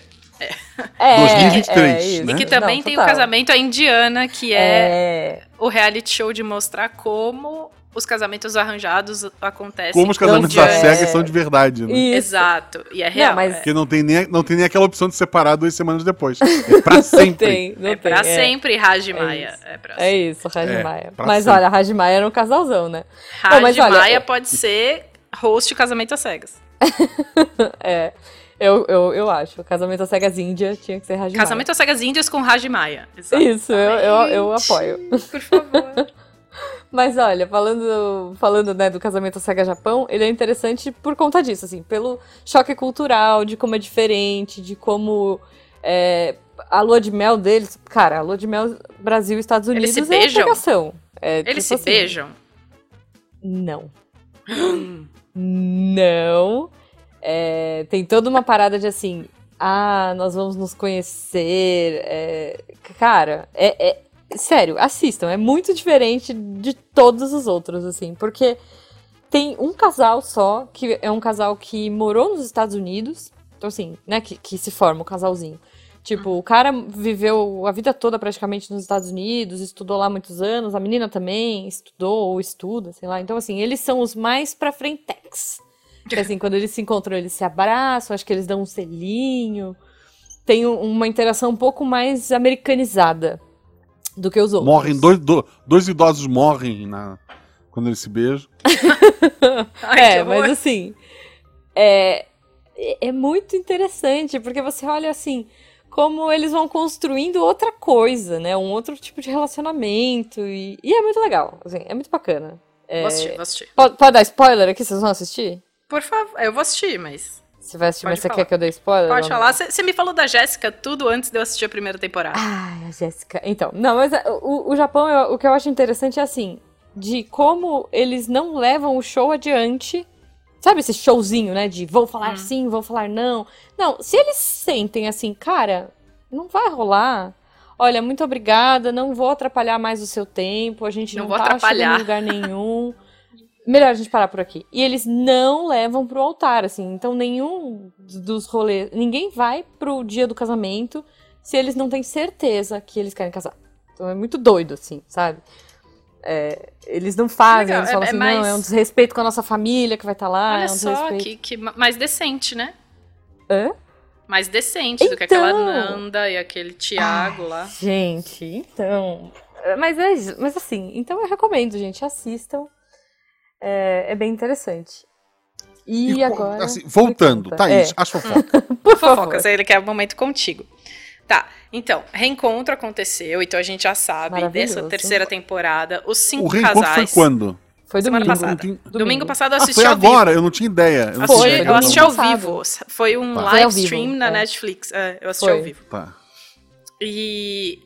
Speaker 2: É,
Speaker 1: 2023,
Speaker 2: é isso.
Speaker 1: né?
Speaker 3: E que
Speaker 2: Não,
Speaker 3: também tem o
Speaker 2: total.
Speaker 3: casamento à indiana, que é,
Speaker 2: É,
Speaker 3: o reality show de mostrar como os casamentos arranjados acontecem.
Speaker 1: Como os
Speaker 3: com
Speaker 1: casamentos
Speaker 2: não,
Speaker 1: às
Speaker 3: indianos.
Speaker 2: é-
Speaker 1: cegas são de verdade, né?
Speaker 2: isso.
Speaker 3: Exato. E é real.
Speaker 2: mas-
Speaker 3: é.
Speaker 1: Porque não tem, nem, não tem nem aquela opção de separar duas semanas depois. É pra sempre.
Speaker 2: Tem, não tem.
Speaker 3: É pra
Speaker 2: é.
Speaker 3: sempre, Raji
Speaker 2: É
Speaker 3: Maia.
Speaker 2: isso.
Speaker 3: É, pra
Speaker 2: É isso, Raj
Speaker 1: É,
Speaker 2: Maia.
Speaker 1: pra
Speaker 2: Mas
Speaker 1: sempre.
Speaker 2: olha, Raj Maia era um casalzão, né?
Speaker 3: Raji
Speaker 2: Não, mas olha, é
Speaker 3: Maia
Speaker 2: eu-
Speaker 3: pode ser host de casamento às cegas.
Speaker 2: É. Eu, eu, eu acho. Casamento às cegas Índia tinha que ser Raj
Speaker 3: Casamento às cegas índias com Raji Maia. Exato.
Speaker 2: Maia. Isso, eu, eu, eu apoio.
Speaker 3: Por favor.
Speaker 2: Mas olha, falando, falando né, do casamento às cegas Japão, ele é interessante por conta disso, assim, pelo choque cultural, de como é diferente, de como é, a lua de mel deles. Cara, a lua de mel Brasil e Estados
Speaker 3: Eles
Speaker 2: Unidos
Speaker 3: se
Speaker 2: é
Speaker 3: beijam?
Speaker 2: pegação. É,
Speaker 3: Eles se
Speaker 2: tipo assim,
Speaker 3: beijam.
Speaker 2: Não. Não. É, tem toda uma parada de assim. Ah, nós vamos nos conhecer. é, cara, é, é- Sério, assistam. É muito diferente de todos os outros, assim. Porque tem um casal só, que é um casal que morou nos Estados Unidos. Então, assim, né? Que, que se forma o casalzinho. Tipo, o cara viveu a vida toda praticamente nos Estados Unidos, estudou lá muitos anos, a menina também estudou ou estuda, sei lá. Então, assim, eles são os mais pra frentex. Que, assim, quando eles se encontram, eles se abraçam, acho que eles dão um selinho. Tem um- uma interação um pouco mais americanizada do que os outros.
Speaker 1: Morrem, dois, do- dois idosos morrem na, quando eles se beijam.
Speaker 3: Ai, que
Speaker 2: é,
Speaker 3: horror.
Speaker 2: mas assim. É, é- é muito interessante, porque você olha assim. Como eles vão construindo outra coisa, né? Um outro tipo de relacionamento. E, e é muito legal. assim, é muito bacana. É,
Speaker 3: Vou assistir, vou assistir.
Speaker 2: pode, pode dar spoiler aqui? Vocês vão assistir?
Speaker 3: Por favor, eu vou assistir, mas.
Speaker 2: Você vai assistir,
Speaker 3: Pode
Speaker 2: mas você
Speaker 3: falar.
Speaker 2: quer que eu dê spoiler?
Speaker 3: Pode
Speaker 2: Não.
Speaker 3: falar. Você me falou da Jéssica tudo antes de eu assistir a primeira temporada.
Speaker 2: Ai, a Jéssica. Então, não, mas é, o, o Japão, eu- o que eu acho interessante é assim, de como eles não levam o show adiante. Sabe esse showzinho, né? De vou falar
Speaker 3: Hum.
Speaker 2: sim, vou falar não. Não, se eles sentem assim, cara, não vai rolar. Olha, muito obrigada, não vou atrapalhar mais o seu tempo, a gente
Speaker 3: Não
Speaker 2: não,
Speaker 3: vou
Speaker 2: tá
Speaker 3: atrapalhar.
Speaker 2: chegando em lugar nenhum. Melhor a gente parar por aqui. E eles não levam pro altar, assim. Então, nenhum dos rolês. Ninguém vai pro dia do casamento se eles não têm certeza que eles querem casar. Então é muito doido, assim, sabe? É, eles não fazem,
Speaker 3: Legal,
Speaker 2: eles falam
Speaker 3: é- é
Speaker 2: assim,
Speaker 3: mais-
Speaker 2: não, é um desrespeito com a nossa família que vai estar lá,
Speaker 3: Olha
Speaker 2: é um
Speaker 3: só,
Speaker 2: desrespeito.
Speaker 3: que, que ma- mais decente, né?
Speaker 2: Hã?
Speaker 3: Mais decente do que
Speaker 2: Então.
Speaker 3: aquela Nanda e aquele Tiago lá.
Speaker 2: Gente, então. é, Mas é isso, mas assim, então eu recomendo, gente, assistam. É, é bem interessante. E,
Speaker 1: co-
Speaker 2: agora.
Speaker 1: assim, voltando,
Speaker 2: Me conta.
Speaker 1: Thaís,
Speaker 2: É.
Speaker 1: as fofocas.
Speaker 2: Por favor.
Speaker 3: Fofoca, ele quer um momento contigo. Tá, então, reencontro aconteceu, então a gente já sabe
Speaker 2: Maravilhoso.
Speaker 3: dessa terceira temporada, os
Speaker 1: O
Speaker 3: cinco
Speaker 1: reencontro
Speaker 3: casais.
Speaker 1: foi quando?
Speaker 2: Foi
Speaker 3: Semana
Speaker 2: domingo.
Speaker 3: passada.
Speaker 1: Não tem-
Speaker 3: Domingo, passado eu
Speaker 1: Ah,
Speaker 3: assisti
Speaker 1: foi
Speaker 3: ao vivo.
Speaker 1: agora, eu não tinha ideia. Eu não
Speaker 3: Assisti-
Speaker 1: tinha
Speaker 2: Foi,
Speaker 1: ideia,
Speaker 3: eu
Speaker 1: não.
Speaker 3: assisti ao
Speaker 2: passado.
Speaker 3: vivo. Foi
Speaker 1: Tá.
Speaker 3: um
Speaker 2: Foi ao
Speaker 3: live
Speaker 2: vivo,
Speaker 3: stream na
Speaker 2: é.
Speaker 3: Netflix. É, eu assisti
Speaker 2: Foi.
Speaker 3: ao vivo.
Speaker 1: Tá.
Speaker 3: E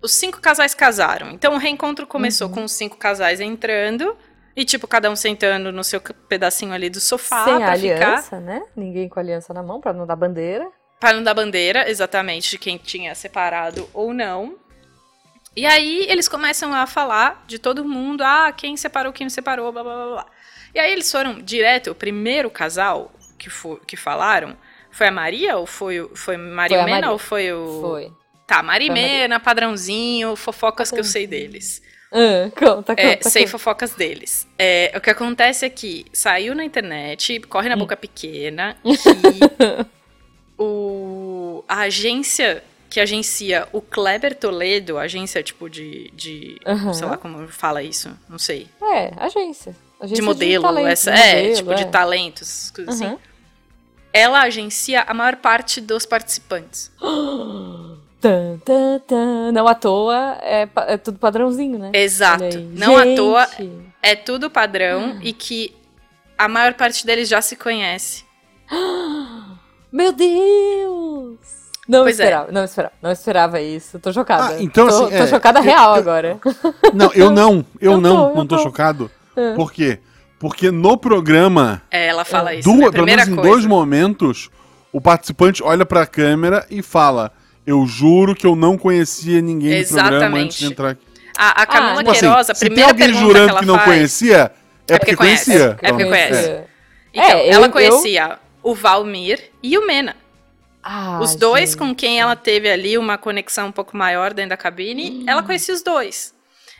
Speaker 3: os cinco casais casaram. Então o reencontro começou
Speaker 2: Uhum.
Speaker 3: com os cinco casais entrando e tipo cada um sentando no seu pedacinho ali do sofá
Speaker 2: Sem a
Speaker 3: pra
Speaker 2: aliança,
Speaker 3: ficar,
Speaker 2: né? Ninguém com a aliança na mão pra não dar bandeira.
Speaker 3: para não dar bandeira exatamente de quem tinha separado ou não. E aí eles começam a falar de todo mundo, ah, quem separou, quem não separou, blá blá blá. blá. E aí eles foram direto, o primeiro casal que fo- que falaram foi a Maria ou foi o- foi Maria
Speaker 2: a
Speaker 3: Mena
Speaker 2: Maria.
Speaker 3: ou foi o
Speaker 2: Foi.
Speaker 3: Tá, Marimena, padrãozinho, fofocas que eu sei deles.
Speaker 2: Ah, conta, conta.
Speaker 3: É,
Speaker 2: conta.
Speaker 3: sei fofocas deles. É, o que acontece é que saiu na internet, corre na
Speaker 2: Hum.
Speaker 3: boca pequena, que o, a agência que agencia o Kleber Toledo, a agência tipo de. de
Speaker 2: Aham.
Speaker 3: Sei lá como fala isso, não sei.
Speaker 2: É, agência. agência
Speaker 3: de modelo,
Speaker 2: talento,
Speaker 3: essa,
Speaker 2: de
Speaker 3: é,
Speaker 2: modelo,
Speaker 3: tipo de
Speaker 2: é.
Speaker 3: talentos, essas coisas assim.
Speaker 2: Aham.
Speaker 3: Ela agencia a maior parte dos participantes.
Speaker 2: Tan, tan, tan. Não à toa, é, pa- é tudo padrãozinho, né?
Speaker 3: Exato.
Speaker 2: Olha aí.
Speaker 3: Não à
Speaker 2: Gente.
Speaker 3: toa, é tudo padrão
Speaker 2: Hum.
Speaker 3: e que a maior parte deles já se conhece.
Speaker 2: Meu Deus! Não
Speaker 3: Pois é.
Speaker 2: esperava, não esperava, não esperava isso. Tô chocada.
Speaker 1: Ah, então,
Speaker 2: tô,
Speaker 1: assim,
Speaker 2: tô
Speaker 1: é,
Speaker 2: chocada
Speaker 1: eu-
Speaker 2: real
Speaker 1: eu- É,
Speaker 2: agora.
Speaker 1: Não, eu não, eu,
Speaker 2: Eu tô,
Speaker 1: não,
Speaker 2: eu
Speaker 1: não tô,
Speaker 2: tô. É.
Speaker 1: chocado. Por quê? Porque no programa,
Speaker 3: É, ela fala isso. né?
Speaker 1: duas, pelo
Speaker 3: Primeira
Speaker 1: menos em
Speaker 3: coisa.
Speaker 1: dois momentos, o participante olha pra câmera e fala: Eu juro que eu não conhecia ninguém do programa antes de
Speaker 3: Exatamente.
Speaker 1: entrar aqui.
Speaker 3: A, a Camila
Speaker 2: Tipo
Speaker 1: assim,
Speaker 3: Queiroz, a
Speaker 1: se tem
Speaker 3: primeira
Speaker 1: alguém
Speaker 3: pergunta
Speaker 1: jurando
Speaker 3: que ela
Speaker 1: que não
Speaker 3: faz.
Speaker 1: conhecia, é, porque,
Speaker 3: porque conhece.
Speaker 1: conhecia.
Speaker 3: É porque
Speaker 1: Então,
Speaker 3: conhece.
Speaker 2: É,
Speaker 3: Então,
Speaker 2: eu-
Speaker 3: ela
Speaker 2: eu-
Speaker 3: conhecia o Valmir e o Mena.
Speaker 2: Ah,
Speaker 3: os dois
Speaker 2: gente.
Speaker 3: com quem ela teve ali uma conexão um pouco maior dentro da
Speaker 1: Hum.
Speaker 3: cabine, ela conhecia os dois.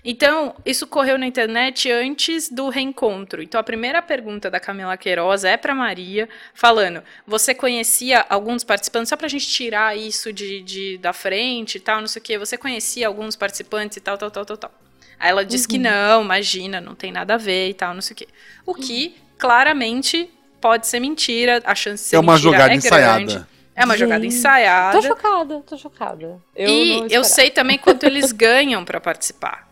Speaker 3: Então, isso correu na internet antes do reencontro. Então, a primeira pergunta da Camila Queiroz é para Maria, falando: Você conhecia algum dos participantes? Só para a gente tirar isso de, de- da frente e tal, não sei o quê. Você conhecia alguns participantes e tal, tal, tal, tal, tal. Aí ela diz que
Speaker 1: Uhum.
Speaker 3: não, imagina, não tem nada a ver e tal, não sei o quê. O que claramente pode ser mentira, a chance de ser
Speaker 1: Uhum. É uma
Speaker 3: mentira
Speaker 1: jogada
Speaker 3: é grande.
Speaker 1: ensaiada.
Speaker 3: É uma jogada
Speaker 2: Gente,
Speaker 3: ensaiada.
Speaker 2: Tô chocada, tô chocada. Eu não
Speaker 3: e eu
Speaker 2: esperava.
Speaker 3: sei também quanto eles ganham pra participar.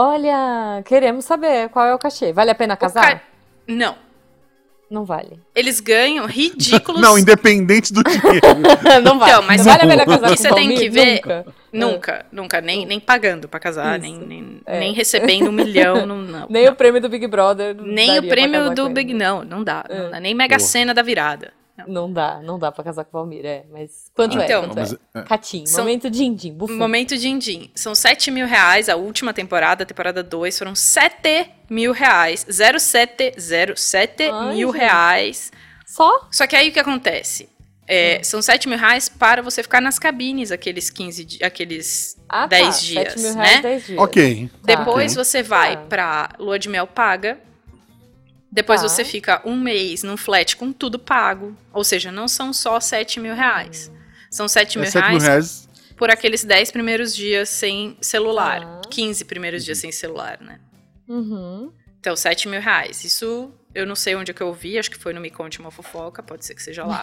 Speaker 2: Olha, queremos saber qual é o cachê. Vale a pena
Speaker 3: O
Speaker 2: casar?
Speaker 3: ca- Não.
Speaker 2: Não vale.
Speaker 3: Eles ganham ridículos.
Speaker 1: Não, independente do dinheiro.
Speaker 2: não vale.
Speaker 3: Então, mas
Speaker 2: não vale a
Speaker 1: o-
Speaker 2: pena casar com
Speaker 3: o que você tem
Speaker 2: Valmir?
Speaker 3: que ver-
Speaker 2: Nunca.
Speaker 3: Nunca, nunca. Nem, nem pagando pra casar,
Speaker 2: Isso.
Speaker 3: nem, nem,
Speaker 2: É.
Speaker 3: nem recebendo um milhão. Não, não,
Speaker 2: Nem
Speaker 3: não.
Speaker 2: o prêmio do Big Brother.
Speaker 3: Nem
Speaker 2: daria
Speaker 3: o
Speaker 2: pra
Speaker 3: prêmio
Speaker 2: casar
Speaker 3: do
Speaker 2: com
Speaker 3: Big.
Speaker 2: ele.
Speaker 3: Não, não dá. não
Speaker 2: É.
Speaker 3: dá. Nem Mega
Speaker 1: Boa.
Speaker 3: Cena da virada.
Speaker 2: Não dá, não dá pra casar com o Valmir, é. Mas quanto
Speaker 3: Então,
Speaker 2: é? Quanto
Speaker 1: Mas,
Speaker 2: é?
Speaker 1: é,
Speaker 2: Catim,
Speaker 3: São-
Speaker 2: momento din-din, bufum.
Speaker 3: Momento din-din. São 7 mil reais a última temporada, a temporada 2, foram 7 mil reais. 07, 07
Speaker 2: Ai,
Speaker 3: mil
Speaker 2: gente.
Speaker 3: reais.
Speaker 2: Só?
Speaker 3: Só que aí o que acontece?
Speaker 2: Hum.
Speaker 3: É, São 7 mil reais para você ficar nas cabines aqueles 15 di- aqueles
Speaker 2: Ah,
Speaker 3: 10
Speaker 2: tá.
Speaker 3: dias,
Speaker 2: 7 mil
Speaker 3: né?
Speaker 2: reais, 10 dias.
Speaker 1: ok.
Speaker 2: Tá.
Speaker 3: Depois você vai
Speaker 2: Tá.
Speaker 3: pra lua de mel paga. Depois
Speaker 2: Tá.
Speaker 3: você fica um mês num flat com tudo pago. Ou seja, não são só 7 mil reais. São 7
Speaker 1: É
Speaker 3: mil
Speaker 1: 7 mil
Speaker 3: reais
Speaker 1: reais.
Speaker 3: por aqueles 10 primeiros dias sem celular.
Speaker 2: Tá.
Speaker 3: 15 primeiros dias sem celular, né?
Speaker 2: Uhum.
Speaker 3: Então, 7 mil reais. Isso eu não sei onde é que eu vi, acho que foi no Me Conte Uma Fofoca, pode ser que seja lá.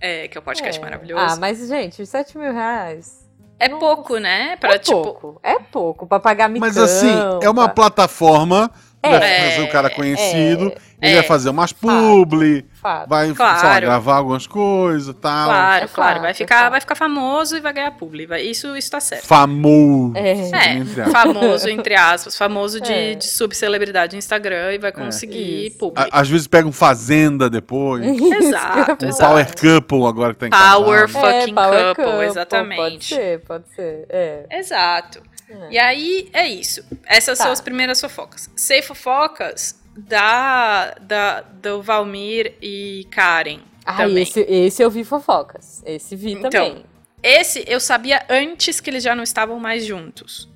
Speaker 3: É, que é um podcast
Speaker 2: É.
Speaker 3: maravilhoso.
Speaker 2: Ah, mas, gente, 7 mil reais.
Speaker 3: é
Speaker 2: não-
Speaker 3: pouco, né? Pra,
Speaker 2: é
Speaker 3: tipo,
Speaker 2: pouco. É pouco pra pagar micão.
Speaker 1: Mas assim, é uma
Speaker 2: pra-
Speaker 1: plataforma.
Speaker 2: É.
Speaker 1: Vai fazer o cara conhecido. ele
Speaker 3: é.
Speaker 1: vai fazer umas publi.
Speaker 2: Fato.
Speaker 1: Vai, sei
Speaker 3: Claro.
Speaker 1: lá, gravar algumas coisas tal.
Speaker 3: Claro,
Speaker 2: É
Speaker 3: claro.
Speaker 2: fato,
Speaker 3: vai,
Speaker 2: é
Speaker 3: ficar,
Speaker 2: fato.
Speaker 3: vai ficar famoso e vai ganhar publi. vai- Isso, isso tá certo.
Speaker 1: Famoso.
Speaker 2: É.
Speaker 3: É,
Speaker 1: Entre aspas.
Speaker 3: famoso, entre aspas, famoso de,
Speaker 2: É.
Speaker 3: de subcelebridade no Instagram e vai conseguir
Speaker 2: Isso.
Speaker 3: publi.
Speaker 1: Á- Às vezes pega um Fazenda depois.
Speaker 2: Isso
Speaker 1: um
Speaker 2: que eu ia
Speaker 3: Exato,
Speaker 2: falar.
Speaker 3: Uhum.
Speaker 2: É,
Speaker 3: exato.
Speaker 1: Power Couple agora que tá em
Speaker 3: Power
Speaker 1: casal.
Speaker 3: fucking
Speaker 2: power
Speaker 3: couple,
Speaker 2: Pode
Speaker 3: exatamente.
Speaker 2: ser, pode ser. É.
Speaker 3: Exato. E aí, é isso. Essas
Speaker 2: Tá.
Speaker 3: são as primeiras fofocas. Sei fofocas da, da, do Valmir e Karen
Speaker 2: Ah,
Speaker 3: também.
Speaker 2: esse, esse eu vi fofocas. Esse vi
Speaker 3: Então,
Speaker 2: também.
Speaker 3: Esse eu sabia antes que eles já não estavam mais juntos.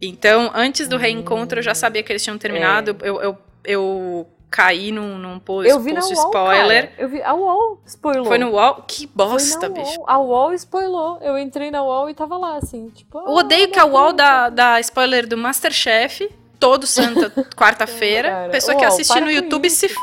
Speaker 3: Então, antes
Speaker 2: Hum.
Speaker 3: do reencontro, eu já sabia que eles tinham terminado. Eu, eu, eu caí num, num post,
Speaker 2: É. Eu vi na
Speaker 3: post
Speaker 2: UOL,
Speaker 3: spoiler.
Speaker 2: cara. Eu vi, a UOL spoilou.
Speaker 3: Foi no UOL. Que
Speaker 2: Foi na
Speaker 3: bosta,
Speaker 2: UOL.
Speaker 3: bicho.
Speaker 2: A UOL spoilou. Eu entrei na UOL e tava lá, assim, tipo...
Speaker 3: Eu odeio que a UOL dá, dá spoiler do Masterchef todo santa quarta-feira. Pessoa que assiste no YouTube se. f-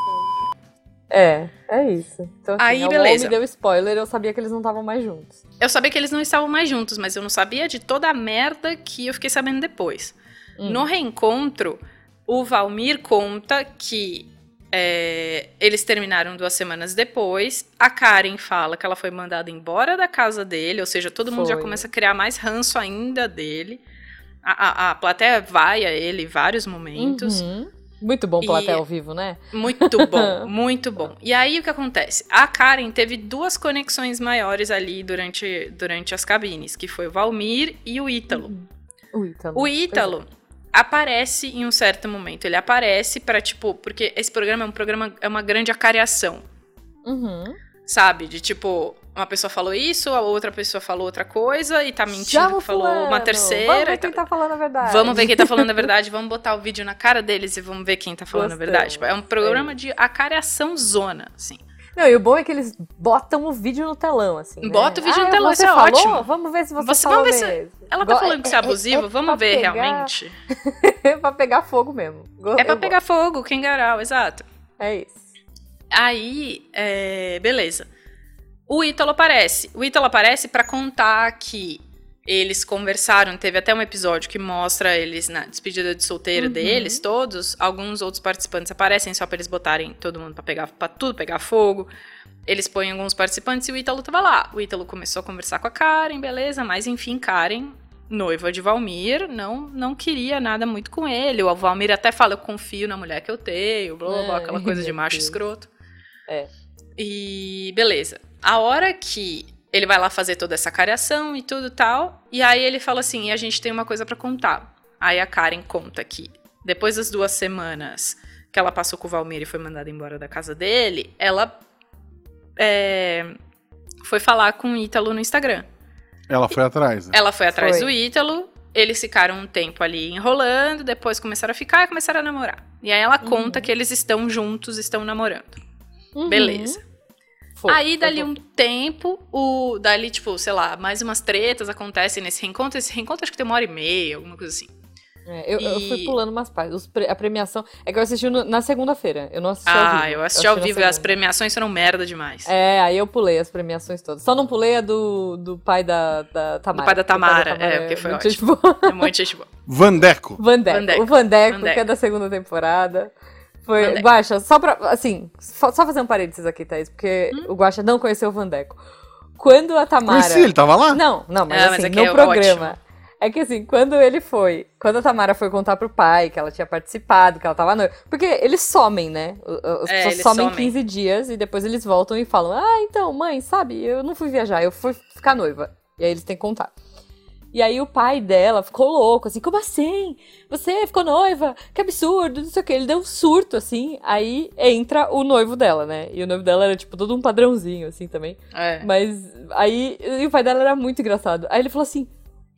Speaker 2: É, é isso. Então, assim,
Speaker 3: Aí,
Speaker 2: a UOL
Speaker 3: beleza.
Speaker 2: me deu spoiler, eu sabia que eles não estavam mais juntos.
Speaker 3: Eu sabia que eles não estavam mais juntos, mas eu não sabia de toda a merda que eu fiquei sabendo depois.
Speaker 2: Hum.
Speaker 3: No reencontro, o Valmir conta que é, eles terminaram duas semanas depois. A Karen fala que ela foi mandada embora da casa dele, ou seja, todo mundo já
Speaker 2: Foi.
Speaker 3: começa a criar mais ranço ainda dele. A, a, a plateia vai a ele em vários momentos.
Speaker 2: Uhum. Muito bom
Speaker 3: E-
Speaker 2: plateia ao vivo, né?
Speaker 3: Muito bom, muito bom. E aí o que acontece? A Karen teve duas conexões maiores ali durante, durante as cabines, que foi o Valmir e o Ítalo.
Speaker 2: O Ítalo.
Speaker 3: O Ítalo aparece em um certo momento. Ele aparece pra, tipo, porque esse programa é um programa, é uma grande acariação.
Speaker 2: Uhum.
Speaker 3: Sabe? De tipo, uma pessoa falou isso, a outra pessoa falou outra coisa e tá mentindo
Speaker 2: Chama o
Speaker 3: que falou
Speaker 2: fulano,
Speaker 3: uma terceira.
Speaker 2: Vamos ver
Speaker 3: e tá-
Speaker 2: quem tá falando a verdade.
Speaker 3: Vamos ver quem tá falando a verdade, vamos botar o vídeo na cara deles e vamos ver quem tá falando a
Speaker 2: Gostamos.
Speaker 3: verdade. Tipo, é um programa de acareação zona, assim.
Speaker 2: Não, e o bom é que eles botam o vídeo no telão, assim. né?
Speaker 3: Bota o vídeo no
Speaker 2: Ah,
Speaker 3: telão,
Speaker 2: você
Speaker 3: isso é
Speaker 2: falou?
Speaker 3: ótimo.
Speaker 2: Vamos ver se você,
Speaker 3: Você-
Speaker 2: falou
Speaker 3: vamos ver se-
Speaker 2: mesmo.
Speaker 3: Ela tá
Speaker 2: Go-
Speaker 3: falando que isso é
Speaker 2: é-
Speaker 3: abusivo?
Speaker 2: é
Speaker 3: vamos
Speaker 2: pra
Speaker 3: ver
Speaker 2: pegar- É
Speaker 3: realmente.
Speaker 2: pra pegar fogo mesmo. Go-
Speaker 3: É pra
Speaker 2: eu
Speaker 3: pegar fogo, quem garal, exato.
Speaker 2: gosto. É isso.
Speaker 3: Aí, é, beleza. O Ítalo aparece. O Ítalo aparece pra contar que eles conversaram. Teve até um episódio que mostra eles na despedida de solteiro
Speaker 2: Uhum.
Speaker 3: deles, todos. Alguns outros participantes aparecem só pra eles botarem todo mundo pra pegar, para tudo pegar fogo. Eles põem alguns participantes e o Ítalo tava lá. O Ítalo começou a conversar com a Karen, beleza, mas enfim, Karen, noiva de Valmir, não não queria nada muito com ele. O Valmir até fala: eu confio na mulher que eu tenho, blá blá, blá
Speaker 2: Ai,
Speaker 3: aquela coisa de
Speaker 2: É, meu
Speaker 3: macho
Speaker 2: Deus.
Speaker 3: escroto.
Speaker 2: É.
Speaker 3: E beleza. A hora que ele vai lá fazer toda essa careação e tudo tal, e aí ele fala assim: e a gente tem uma coisa pra contar. Aí a Karen conta que depois das duas semanas que ela passou com o Valmir e foi mandada embora da casa dele, ela é, foi falar com o Ítalo no Instagram.
Speaker 1: Ela foi atrás. né?
Speaker 3: Ela foi atrás
Speaker 2: Foi.
Speaker 3: do Ítalo, eles ficaram um tempo ali enrolando, depois começaram a ficar e começaram a namorar. E aí ela conta que eles estão juntos, estão namorando.
Speaker 2: Uhum.
Speaker 3: Beleza.
Speaker 2: Foi.
Speaker 3: aí
Speaker 2: Foi
Speaker 3: dali
Speaker 2: tá bom.
Speaker 3: um tempo, o dali tipo, sei lá, mais umas tretas acontecem nesse reencontro, esse reencontro acho que tem uma hora e meia, alguma coisa assim.
Speaker 2: É, eu, eu
Speaker 3: e-
Speaker 2: fui pulando umas partes. Os pre- A premiação. É que eu assisti no- na segunda-feira. Eu não assisti é ao
Speaker 3: ah,
Speaker 2: vivo.
Speaker 3: eu assisti ao
Speaker 2: na
Speaker 3: vivo e as
Speaker 2: segunda.
Speaker 3: premiações foram merda demais.
Speaker 2: É, aí eu pulei as premiações todas. Só não pulei a do, do pai da, da Tamara.
Speaker 3: pai da Tamara, é, porque foi
Speaker 2: muito
Speaker 3: ótimo.
Speaker 2: bom.
Speaker 3: É um monte de gente boa.
Speaker 1: Vandeco.
Speaker 2: Vandeco.
Speaker 3: Vandeco.
Speaker 2: O Vandeco,
Speaker 3: Vandeco.
Speaker 2: que é da segunda temporada. Foi,
Speaker 3: Vandeco.
Speaker 2: Guaxa, só pra, assim, só, só fazer um parênteses aqui, Thaís, porque
Speaker 3: Hum?
Speaker 2: o Guaxa não conheceu o Vandeco. Quando a Tamara...
Speaker 1: Conheci, ele tava lá?
Speaker 2: Não, não, mas
Speaker 3: Ah, mas
Speaker 2: assim,
Speaker 3: é que
Speaker 2: no
Speaker 3: é
Speaker 2: programa. É que assim, quando ele foi, quando a Tamara foi contar pro pai que ela tinha participado, que ela tava noiva. Porque eles somem, né? O- o- As
Speaker 3: É,
Speaker 2: pessoas
Speaker 3: eles
Speaker 2: somem
Speaker 3: somem.
Speaker 2: 15 dias e depois eles voltam e falam: Ah, então, mãe, sabe, eu não fui viajar, eu fui ficar noiva. E aí eles têm que contar. E aí o pai dela ficou louco, assim, como assim? Você ficou noiva? Que absurdo, não sei o que. Ele deu um surto, assim, aí entra o noivo dela, né? E o noivo dela era, tipo, todo um padrãozinho, assim, também.
Speaker 3: É.
Speaker 2: Mas aí e o pai dela era muito engraçado. Aí ele falou assim: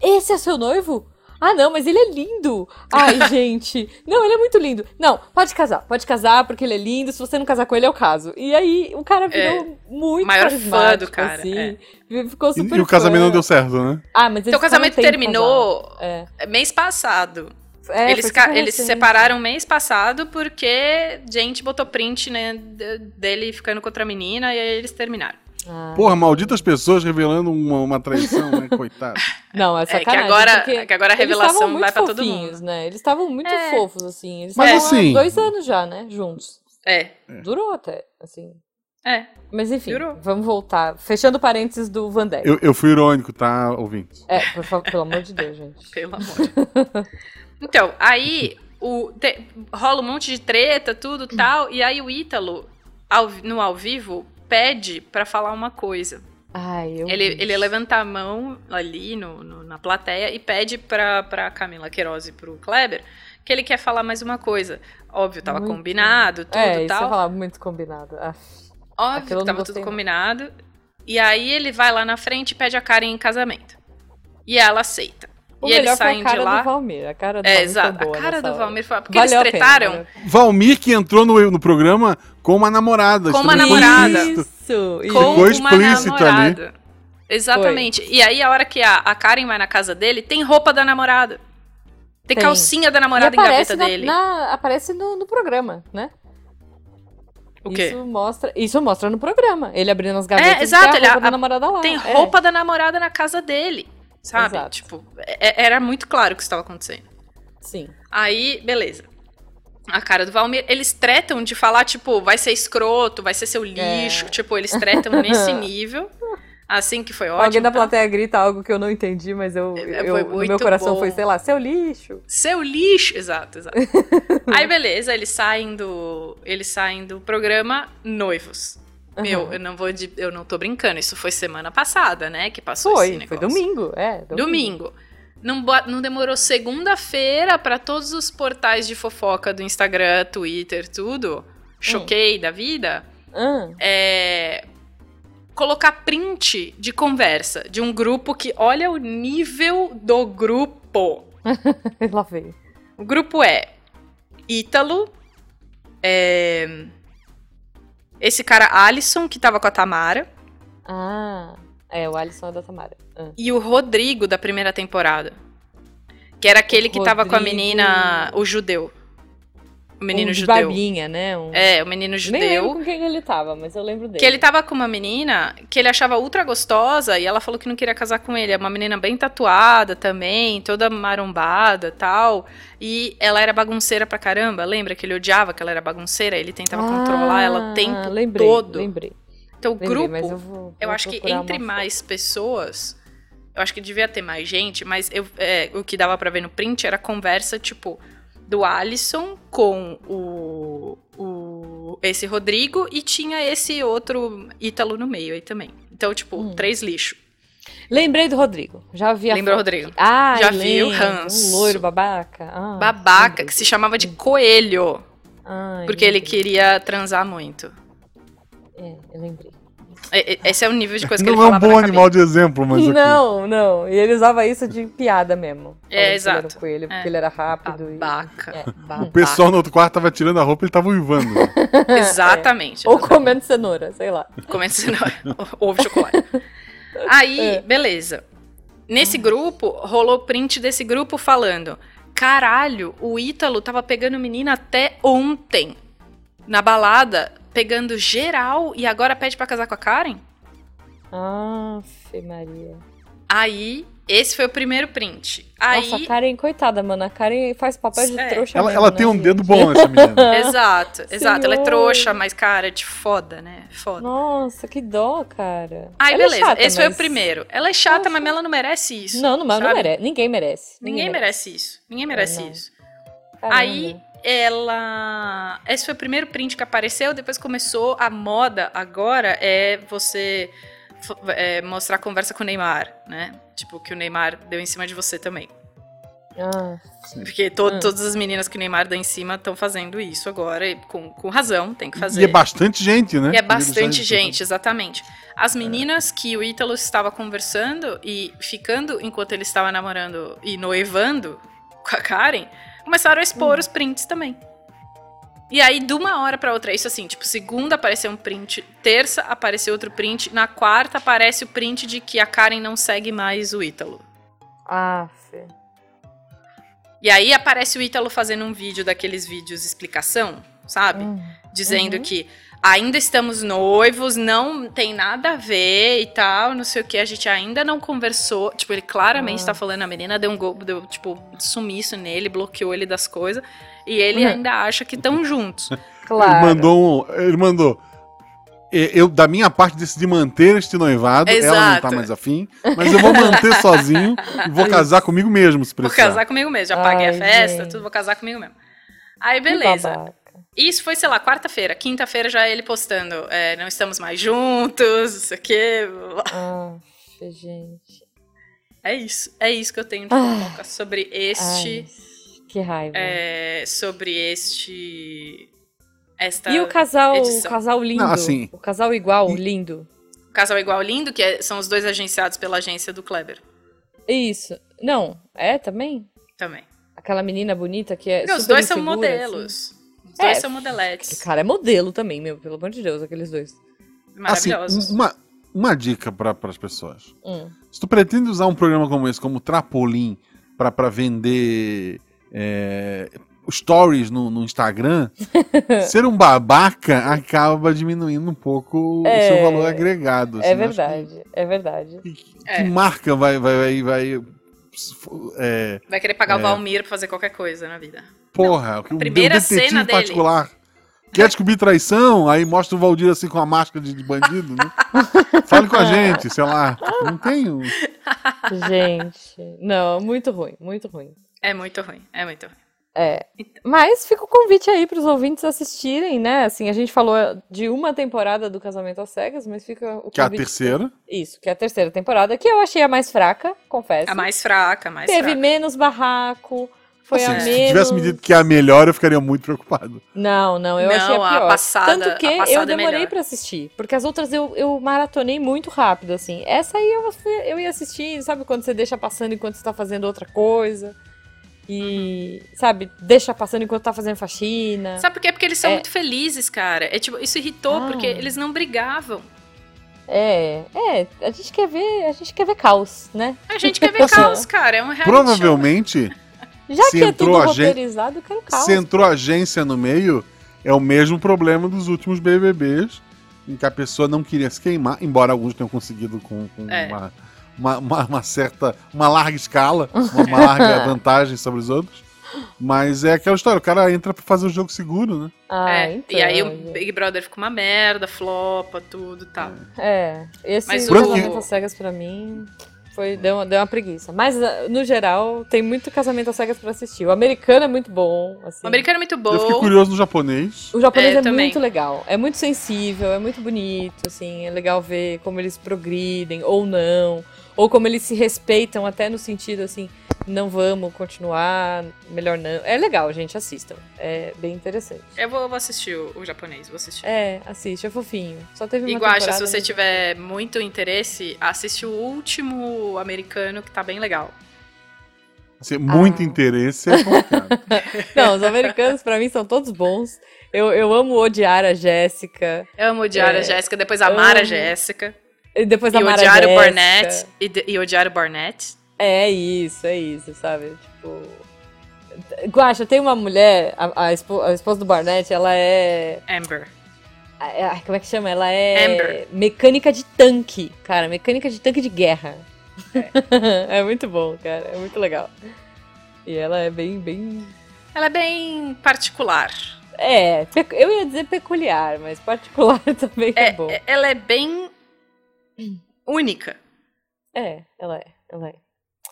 Speaker 2: Esse é seu noivo? Ah, não, mas ele é lindo. Ai, gente. Não, ele é muito lindo. Não, pode casar. Pode casar, porque ele é lindo. Se você não casar com ele, eu caso. E aí, o cara virou muito
Speaker 3: É, maior fã
Speaker 2: carismático,
Speaker 3: do cara,
Speaker 2: assim.
Speaker 3: é.
Speaker 2: E Ficou
Speaker 1: E,
Speaker 2: super
Speaker 1: e o casamento
Speaker 2: fã.
Speaker 1: não deu certo, né?
Speaker 2: Ah, mas eles
Speaker 3: Então o casamento
Speaker 2: ficaram um tempo
Speaker 3: terminou
Speaker 2: casados. É.
Speaker 3: mês passado.
Speaker 2: É,
Speaker 3: eles,
Speaker 2: foi
Speaker 3: ca-
Speaker 2: super
Speaker 3: eles se
Speaker 2: recente.
Speaker 3: separaram mês passado porque gente botou print né, de- dele ficando com outra menina e aí eles terminaram.
Speaker 2: Ah.
Speaker 1: Porra, malditas pessoas revelando uma, uma traição, né? Coitado.
Speaker 2: Não, é
Speaker 3: É, que
Speaker 2: sacanagem.
Speaker 3: agora,
Speaker 2: porque
Speaker 3: que agora a
Speaker 2: eles estavam
Speaker 3: revelação
Speaker 2: muito
Speaker 3: vai pra todo
Speaker 2: fofinhos,
Speaker 3: mundo.
Speaker 2: né? Eles estavam muito
Speaker 3: É.
Speaker 2: fofos, assim. Eles
Speaker 1: Mas
Speaker 2: estavam há
Speaker 1: assim-
Speaker 2: dois anos já, né? Juntos.
Speaker 3: É,
Speaker 2: Durou até, assim.
Speaker 3: é.
Speaker 2: Mas enfim,
Speaker 3: Durou.
Speaker 2: vamos voltar. Fechando parênteses do Van Dijk.
Speaker 1: Eu, eu fui irônico, tá, ouvintes?
Speaker 2: É, por fa- pelo amor de Deus, gente.
Speaker 3: Pelo amor. então, aí o, te- rola um monte de treta, tudo
Speaker 2: Hum.
Speaker 3: tal, e aí o Ítalo, ao- no ao vivo, pede pra falar uma coisa.
Speaker 2: Ai, eu.
Speaker 3: Ele,
Speaker 2: vi.
Speaker 3: ele é levanta a mão ali no- no- na plateia e pede pra, pra Camila Queiroz e pro Kleber que ele quer falar mais uma coisa. Óbvio, tava
Speaker 2: Muito.
Speaker 3: combinado, tudo
Speaker 2: É, isso eu
Speaker 3: tal.
Speaker 2: falava muito combinado. Ah,
Speaker 3: Óbvio
Speaker 2: Aquilo eu
Speaker 3: que
Speaker 2: não
Speaker 3: tava
Speaker 2: gostei,
Speaker 3: tudo
Speaker 2: não.
Speaker 3: combinado. E aí ele vai lá na frente e pede a Karen em casamento. E ela aceita.
Speaker 2: o
Speaker 3: e
Speaker 2: melhor
Speaker 3: eles
Speaker 2: foi
Speaker 3: saem
Speaker 2: a cara
Speaker 3: de lá.
Speaker 2: do Valmir. A cara do
Speaker 3: É,
Speaker 2: Valmir foi
Speaker 3: exato.
Speaker 2: boa
Speaker 3: A cara
Speaker 2: nessa
Speaker 3: do
Speaker 2: hora.
Speaker 3: Valmir foi. Porque
Speaker 2: Valeu
Speaker 3: eles
Speaker 2: a pena, né?
Speaker 3: tretaram.
Speaker 2: valeu a pena.
Speaker 1: Valmir que entrou no, no programa com uma namorada.
Speaker 3: Com uma
Speaker 1: estranho
Speaker 3: namorada.
Speaker 1: isso.
Speaker 2: Isso, isso.
Speaker 3: com
Speaker 1: Ficou
Speaker 3: uma
Speaker 1: explícito ali.
Speaker 3: namorada. Exatamente. E aí, a hora que a, a Karen vai na casa dele, tem roupa da namorada. Tem,
Speaker 2: Tem.
Speaker 3: calcinha da
Speaker 2: E
Speaker 3: namorada em
Speaker 2: aparece,
Speaker 3: gaveta
Speaker 2: na-
Speaker 3: dele.
Speaker 2: na- aparece no, no programa, né?
Speaker 3: O quê? É,
Speaker 2: Isso mostra, isso mostra no programa. Ele abrindo as gavetas. e tem
Speaker 3: exato,
Speaker 2: a
Speaker 3: ele-
Speaker 2: roupa da
Speaker 3: a-
Speaker 2: namorada lá.
Speaker 3: Tem
Speaker 2: É.
Speaker 3: roupa da namorada na casa dele. Sabe?
Speaker 2: Exato.
Speaker 3: Tipo, é- era muito claro o que estava acontecendo.
Speaker 2: Sim.
Speaker 3: Aí, beleza. A cara do Valmir, eles tretam de falar, tipo, vai ser escroto, vai ser seu lixo.
Speaker 2: É.
Speaker 3: Tipo, eles tretam nesse nível. Assim que foi ótimo.
Speaker 2: Alguém da
Speaker 3: tá?
Speaker 2: plateia grita algo que eu não entendi, mas eu,
Speaker 3: É,
Speaker 2: eu-
Speaker 3: foi
Speaker 2: no meu
Speaker 3: muito
Speaker 2: coração
Speaker 3: bom.
Speaker 2: foi, sei lá, seu lixo.
Speaker 3: Seu lixo! Exato, exato. Aí, beleza, eles saem do. Eles saem do programa noivos. Meu,
Speaker 2: Aham.
Speaker 3: eu não vou de. Eu não tô brincando. Isso foi semana passada, né? Que passou esse
Speaker 2: Foi, foi
Speaker 3: negócio.
Speaker 2: domingo, é.
Speaker 3: Domingo. Não, bo- não demorou segunda-feira pra todos os portais de fofoca do
Speaker 2: Hum.
Speaker 3: Instagram, Twitter, tudo. Choquei da vida.
Speaker 2: Ah,
Speaker 3: É, colocar print de conversa de um grupo que olha o nível do grupo.
Speaker 2: Lá veio.
Speaker 3: O grupo é Ítalo, é, esse cara Alisson, que tava com a Tamara,
Speaker 2: Ah, é, o Alisson é da Tamara. Ah.
Speaker 3: e o Rodrigo da primeira temporada. Que era aquele que tava com a
Speaker 2: Rodrigo.
Speaker 3: menina, o judeu. O menino
Speaker 2: um de
Speaker 3: judeu.
Speaker 2: barbinha, né? Um...
Speaker 3: É, o menino
Speaker 2: Nem lembro
Speaker 3: judeu.
Speaker 2: com quem ele tava, mas eu lembro dele.
Speaker 3: Que ele tava com uma menina que ele achava ultra gostosa e ela falou que não queria casar com ele. É uma menina bem tatuada também, toda marombada tal. E ela era bagunceira pra caramba. Lembra que ele odiava que ela era bagunceira? Ele tentava
Speaker 2: Ah,
Speaker 3: controlar ela o tempo
Speaker 2: lembrei,
Speaker 3: todo.
Speaker 2: Lembrei,
Speaker 3: Então o
Speaker 2: lembrei,
Speaker 3: grupo,
Speaker 2: mas eu
Speaker 3: eu,
Speaker 2: vou. vou
Speaker 3: acho que
Speaker 2: procurar
Speaker 3: entre
Speaker 2: uma
Speaker 3: mais pessoas, eu acho que devia ter mais gente, mas eu- é, o que dava pra ver no print era conversa, tipo, do Alisson com o, o- esse Rodrigo e tinha esse outro Ítalo no meio aí também. Então, tipo,
Speaker 2: Hum.
Speaker 3: três lixo.
Speaker 2: foto. Lembrei do Rodrigo. Já vi a
Speaker 3: Lembrou,
Speaker 2: foto.
Speaker 3: Rodrigo?
Speaker 2: Ah,
Speaker 3: Já
Speaker 2: lembro,
Speaker 3: viu, Hans?
Speaker 2: Um loiro babaca. Ah,
Speaker 3: Babaca, que
Speaker 2: lembrei.
Speaker 3: se chamava de Coelho,
Speaker 2: Ai,
Speaker 3: porque ele
Speaker 2: lembrei.
Speaker 3: queria transar muito.
Speaker 2: É, eu lembrei.
Speaker 3: E- e- Esse é o nível de coisa que
Speaker 1: Não
Speaker 3: ele
Speaker 1: é um
Speaker 3: falava
Speaker 1: bom
Speaker 3: na cabeça.
Speaker 1: animal de exemplo, mas ok.
Speaker 2: Não, não. E ele usava isso de piada mesmo. Falando que ele era um
Speaker 3: exato.
Speaker 2: coelho, porque
Speaker 3: É.
Speaker 2: ele era rápido. e-
Speaker 3: Babaca.
Speaker 2: É.
Speaker 1: O pessoal no outro quarto tava tirando a roupa e ele tava uivando.
Speaker 2: É.
Speaker 3: Exatamente.
Speaker 2: Ou comendo cenoura, sei lá.
Speaker 3: Começando ovo chocolate. Aí,
Speaker 2: É.
Speaker 3: beleza. Nesse grupo, rolou print desse grupo falando: caralho, o Ítalo tava pegando menina até ontem. Na balada, pegando geral e agora pede pra casar com a Karen?
Speaker 2: Aff, Maria.
Speaker 3: Aí, esse foi o primeiro print. Aí.
Speaker 2: Nossa, a Karen, coitada, mano. A Karen faz papel de
Speaker 3: É.
Speaker 2: trouxa.
Speaker 1: Ela,
Speaker 2: mesmo,
Speaker 1: ela
Speaker 2: né,
Speaker 1: tem um
Speaker 2: gente?
Speaker 1: dedo bom, essa menina.
Speaker 3: Exato, exato. Ela é
Speaker 2: Senhor.
Speaker 3: trouxa, mas, cara, é de foda, né? Foda.
Speaker 2: Nossa, que dó, cara.
Speaker 3: Aí,
Speaker 2: Ela é
Speaker 3: beleza.
Speaker 2: chata,
Speaker 3: esse foi o
Speaker 2: mas-
Speaker 3: primeiro. Ela é chata,
Speaker 2: Nossa.
Speaker 3: mas ela não merece isso.
Speaker 2: Não, não, mas não
Speaker 3: sabe?
Speaker 2: merece. Ninguém merece. É,
Speaker 3: Ninguém merece isso. Ninguém merece
Speaker 2: não.
Speaker 3: isso.
Speaker 2: Caramba.
Speaker 3: Aí ela. Esse foi o primeiro print que apareceu, depois começou a moda agora é você f- é, mostrar a conversa com o Neymar, né? Tipo, que o Neymar deu em cima de você também.
Speaker 2: Ah,
Speaker 3: Porque to-
Speaker 2: Hum.
Speaker 3: todas as meninas que o Neymar deu em cima estão fazendo isso agora, e com, com razão, tem que fazer.
Speaker 1: E é bastante gente, né?
Speaker 3: E é bastante gente, exatamente. As meninas que o Ítalo estava conversando e ficando enquanto ele estava namorando e noivando com a Karen, começaram a expor os prints também. E aí, de uma hora pra outra, isso assim, tipo, segunda apareceu um print, terça apareceu outro print, na quarta aparece o print de que a Karen não segue mais o Ítalo.
Speaker 2: Ah, aff.
Speaker 3: E aí aparece o Ítalo fazendo um vídeo daqueles vídeos explicação, sabe?
Speaker 2: Hum.
Speaker 3: dizendo
Speaker 2: Uhum.
Speaker 3: que ainda estamos noivos, não tem nada a ver e tal, não sei o que, a gente ainda não conversou. Tipo, ele claramente
Speaker 2: Ah.
Speaker 3: tá falando, a menina deu um gol, deu, tipo, sumiço nele, bloqueou ele das coisas, e ele
Speaker 2: Uhum.
Speaker 3: ainda acha que estão juntos.
Speaker 2: Claro.
Speaker 1: Ele mandou um. Ele mandou. "E- Eu, da minha parte, decidi manter este noivado. Ela não tá
Speaker 3: Exato.
Speaker 1: mais afim. Mas eu vou manter sozinho e vou casar comigo mesmo, se
Speaker 3: Vou
Speaker 1: precisar.
Speaker 3: casar comigo mesmo, já paguei a
Speaker 2: Ai,
Speaker 3: festa,
Speaker 2: gente.
Speaker 3: tudo, vou casar comigo mesmo. Aí,
Speaker 2: Que
Speaker 3: beleza.
Speaker 2: babaca.
Speaker 3: Isso foi, sei lá, quarta-feira. Quinta-feira já ele postando, é, não estamos mais juntos, não sei o quê.
Speaker 2: Aff, gente.
Speaker 3: É isso, é isso que eu tenho de
Speaker 2: Ah.
Speaker 3: fofoca sobre este...
Speaker 2: Ai, que raiva.
Speaker 3: é, sobre este. Esta,
Speaker 2: E o casal, o
Speaker 3: edição.
Speaker 2: casal lindo?
Speaker 1: Não, assim-
Speaker 2: O casal igual,
Speaker 1: E-
Speaker 2: lindo.
Speaker 3: casal igual lindo, que é- são os dois agenciados pela agência do Kleber
Speaker 2: Isso. Não, é também?
Speaker 3: também.
Speaker 2: Aquela menina bonita que é.
Speaker 3: Porque os
Speaker 2: super
Speaker 3: dois são
Speaker 2: insegura, assim.
Speaker 3: modelos. Os
Speaker 2: É,
Speaker 3: dois são
Speaker 2: Aquele
Speaker 3: modeletes.
Speaker 2: cara é modelo também, meu, pelo amor de Deus, aqueles dois.
Speaker 1: Assim,
Speaker 3: Maravilhosos.
Speaker 2: uhum.
Speaker 1: uma, uma dica para as pessoas.
Speaker 2: Hum.
Speaker 1: Se tu pretende usar um programa como esse, como Trapolim, pra, pra vender é, stories no, no Instagram, ser um babaca acaba diminuindo um pouco o
Speaker 2: É,
Speaker 1: seu valor agregado. assim,
Speaker 2: É
Speaker 1: eu acho
Speaker 2: verdade, é verdade.
Speaker 1: Que, que- que
Speaker 3: É.
Speaker 1: marca vai. vai, vai, vai se for- é,
Speaker 3: Vai querer pagar o Valmir pra fazer qualquer coisa na vida.
Speaker 1: porra, o
Speaker 3: primeira
Speaker 1: detetive
Speaker 3: cena dele.
Speaker 1: particular. Quer descobrir traição? Aí mostra o Valdir assim com a máscara de de bandido, né? Fale com a gente, sei lá. Não tem um-
Speaker 2: Gente, não, muito ruim, muito ruim.
Speaker 3: É muito ruim, é muito ruim.
Speaker 2: Mas fica o convite aí para os ouvintes assistirem, né? Assim, a gente falou de uma temporada do Casamento às Cegas, mas fica o
Speaker 1: Que é a
Speaker 2: convite-
Speaker 1: terceira.
Speaker 2: Isso, que é a terceira temporada, que eu achei a mais fraca, confesso.
Speaker 3: A mais fraca, a mais
Speaker 2: Assim, Teve
Speaker 3: fraca.
Speaker 2: menos barraco, Foi a
Speaker 1: Assim, se
Speaker 2: menos.
Speaker 1: tivesse me dito que é a melhor, eu ficaria muito preocupado.
Speaker 2: Não, não, eu
Speaker 3: Não,
Speaker 2: achei a
Speaker 3: a
Speaker 2: pior.
Speaker 3: passada-
Speaker 2: Tanto que
Speaker 3: a passada
Speaker 2: eu
Speaker 3: é
Speaker 2: demorei
Speaker 3: melhor.
Speaker 2: pra assistir, porque as outras eu, eu maratonei muito rápido, assim. Essa aí eu, fui- eu ia assistir, sabe, quando você deixa passando enquanto você tá fazendo outra coisa. E, sabe, deixa passando enquanto tá fazendo faxina.
Speaker 3: Uhum. Sabe por quê? Porque eles são
Speaker 2: É.
Speaker 3: muito felizes, cara. É tipo, isso irritou,
Speaker 2: Ah.
Speaker 3: porque eles não brigavam.
Speaker 2: É, é, a gente quer ver, a gente quer ver caos, né?
Speaker 3: A gente quer ver caos, cara. É um reality show.
Speaker 1: Provavelmente,
Speaker 2: Já
Speaker 1: Se
Speaker 2: que é tudo
Speaker 1: entrou a gente-
Speaker 2: roteirizado, eu quero caos.
Speaker 1: se entrou agência no meio, é o mesmo problema dos últimos BBBs, em que a pessoa não queria se queimar, embora alguns tenham conseguido com, com
Speaker 3: É.
Speaker 1: uma, uma- uma- uma certa, uma larga escala, uma, uma larga vantagem sobre os outros. Mas é aquela história, o cara entra pra fazer o jogo seguro, né?
Speaker 2: Ah,
Speaker 3: É,
Speaker 2: então,
Speaker 3: e aí o
Speaker 2: gente.
Speaker 3: Big Brother fica uma merda, flopa, tudo e tal.
Speaker 2: É, esse
Speaker 3: Mas
Speaker 2: Mas
Speaker 3: o-
Speaker 2: casamento às cegas pra mim foi, deu, uma- deu uma preguiça. Mas, ah, no geral, tem muito casamento às cegas pra assistir. O americano é muito bom, assim.
Speaker 3: O americano é muito bom.
Speaker 1: Eu fiquei curioso no japonês.
Speaker 2: O japonês
Speaker 3: É,
Speaker 2: é,
Speaker 3: eu também.
Speaker 2: muito legal. É muito sensível, é muito bonito, assim. É legal ver como eles progridem ou não. Ou como eles se respeitam, até no sentido, assim, não vamos continuar, melhor não. É legal, gente, assistam. É bem interessante.
Speaker 3: Eu vou, vou assistir o, o japonês, vou assistir.
Speaker 2: É, assiste, é fofinho. Só teve uma
Speaker 3: E Guaxa, se
Speaker 2: temporada,
Speaker 3: você
Speaker 2: mas-
Speaker 3: tiver muito interesse, assiste o último americano que tá bem legal.
Speaker 1: Assim, muito
Speaker 2: Ah.
Speaker 1: interesse é complicado.
Speaker 2: Não, os americanos pra mim são todos bons. Eu, eu amo odiar a Jéssica.
Speaker 3: Eu amo odiar
Speaker 2: É,
Speaker 3: a Jéssica, depois amar a
Speaker 2: amo.
Speaker 3: Jéssica,
Speaker 2: E depois
Speaker 3: e
Speaker 2: amar a
Speaker 3: odiar
Speaker 2: Jéssica.
Speaker 3: o Barnett, e, de- e odiar o Barnett.
Speaker 2: É isso, é isso, sabe? Tipo. Guaxa, tem uma mulher, a, a espo- a esposa do Barnett, ela é.
Speaker 3: Amber.
Speaker 2: é- ai, como é que chama? Ela é.
Speaker 3: Amber.
Speaker 2: Mecânica de tanque, cara. Mecânica de tanque de guerra. É, muito bom, cara. É muito legal. E ela é bem, bem.
Speaker 3: Ela é bem particular.
Speaker 2: É, pe- eu ia dizer peculiar, mas particular também é,
Speaker 3: É,
Speaker 2: bom.
Speaker 3: é- ela é bem única.
Speaker 2: É, ela é, ela é.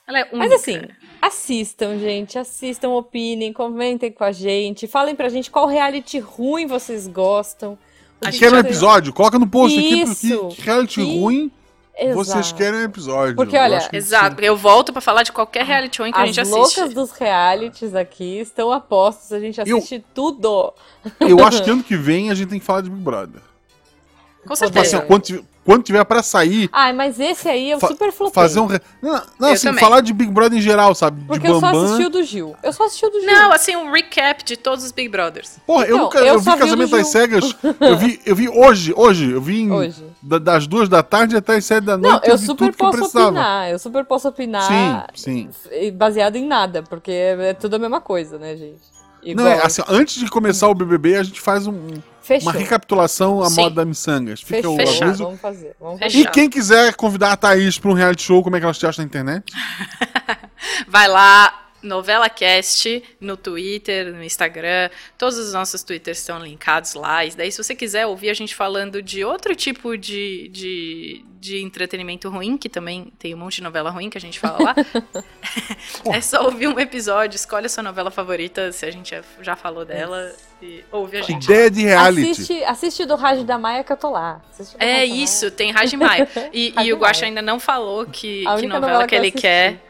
Speaker 3: Ela é única.
Speaker 2: Mas assim, assistam, gente, assistam, opinem, comentem com a gente, falem pra gente qual reality ruim vocês gostam. o
Speaker 3: Acho
Speaker 1: Quer um
Speaker 2: vocês-
Speaker 1: episódio? Coloca no post aqui,
Speaker 2: Isso.
Speaker 1: porque que reality
Speaker 2: Sim.
Speaker 1: ruim,
Speaker 2: Exato.
Speaker 1: vocês querem um episódio.
Speaker 2: Porque,
Speaker 1: Eu
Speaker 2: olha,
Speaker 1: acho que isso-
Speaker 3: Exato, porque eu volto pra falar de qualquer reality show que a
Speaker 2: As
Speaker 3: gente assiste.
Speaker 2: loucas dos realities aqui estão a postos, a gente
Speaker 1: Eu-
Speaker 2: assiste tudo.
Speaker 1: Eu acho que ano que vem a gente tem que falar de Big Brother.
Speaker 3: Com
Speaker 1: Tipo
Speaker 3: certeza.
Speaker 1: assim, ó, quando, tiver, quando tiver pra sair,
Speaker 2: Ai, mas esse aí eu
Speaker 1: Fa-
Speaker 2: super flopei.
Speaker 1: fazer um. re- Não, não
Speaker 3: Eu
Speaker 1: assim,
Speaker 3: também.
Speaker 1: falar de Big Brother em geral, sabe? De
Speaker 2: Porque eu só assisti o do Gil. Eu só assisti o do Gil.
Speaker 3: Não, assim, um recap de todos os Big Brothers.
Speaker 1: Porra, eu
Speaker 2: Então,
Speaker 1: nunca.
Speaker 2: eu
Speaker 1: Eu, vi
Speaker 2: só vi o
Speaker 1: Casamento
Speaker 2: do
Speaker 1: às
Speaker 2: Gil.
Speaker 1: Cegas. Eu vi, eu vi hoje, hoje. Eu vi em-
Speaker 2: Hoje.
Speaker 1: da- das duas da tarde até as sete da
Speaker 2: Não,
Speaker 1: noite.
Speaker 2: eu
Speaker 1: vi
Speaker 2: super
Speaker 1: Hum. tudo que eu
Speaker 2: posso
Speaker 1: precisava.
Speaker 2: opinar. Eu super posso opinar
Speaker 1: Sim, sim.
Speaker 2: f- baseado em nada, porque é é tudo a mesma coisa, né, gente?
Speaker 1: Não, é, assim, antes de começar o BBB, a gente faz um-
Speaker 2: fechou.
Speaker 1: uma recapitulação à
Speaker 3: Sim.
Speaker 1: moda Missangas. Fica o
Speaker 3: Fechado.
Speaker 1: aviso.
Speaker 2: Vamos fazer. Vamos
Speaker 3: Fechado.
Speaker 2: fazer.
Speaker 1: E quem quiser convidar a Thaís pra um reality show, como é que ela te acha na internet?
Speaker 3: Vai lá, NovelaCast, no Twitter, no Instagram. Todos os nossos Twitters estão linkados lá. E daí, se você quiser ouvir a gente falando de outro tipo de, de, de entretenimento ruim, que também tem um monte de novela ruim que a gente fala lá, é só ouvir um episódio, escolhe a sua novela favorita, se a gente já- já falou dela, e ouve a gente.
Speaker 1: Ideia de reality.
Speaker 2: Assiste, assiste o do Rádio da Maia que eu tô lá. Assiste o do
Speaker 3: É
Speaker 2: Rádio da Maia.
Speaker 3: isso, tem Raji Maia. E,
Speaker 2: Rádio
Speaker 3: e o Guaxa
Speaker 2: Maia.
Speaker 3: ainda não falou que,
Speaker 2: A
Speaker 3: que
Speaker 2: única
Speaker 3: novela
Speaker 2: novela
Speaker 3: que,
Speaker 2: que eu
Speaker 3: ele
Speaker 2: assisti.
Speaker 3: quer.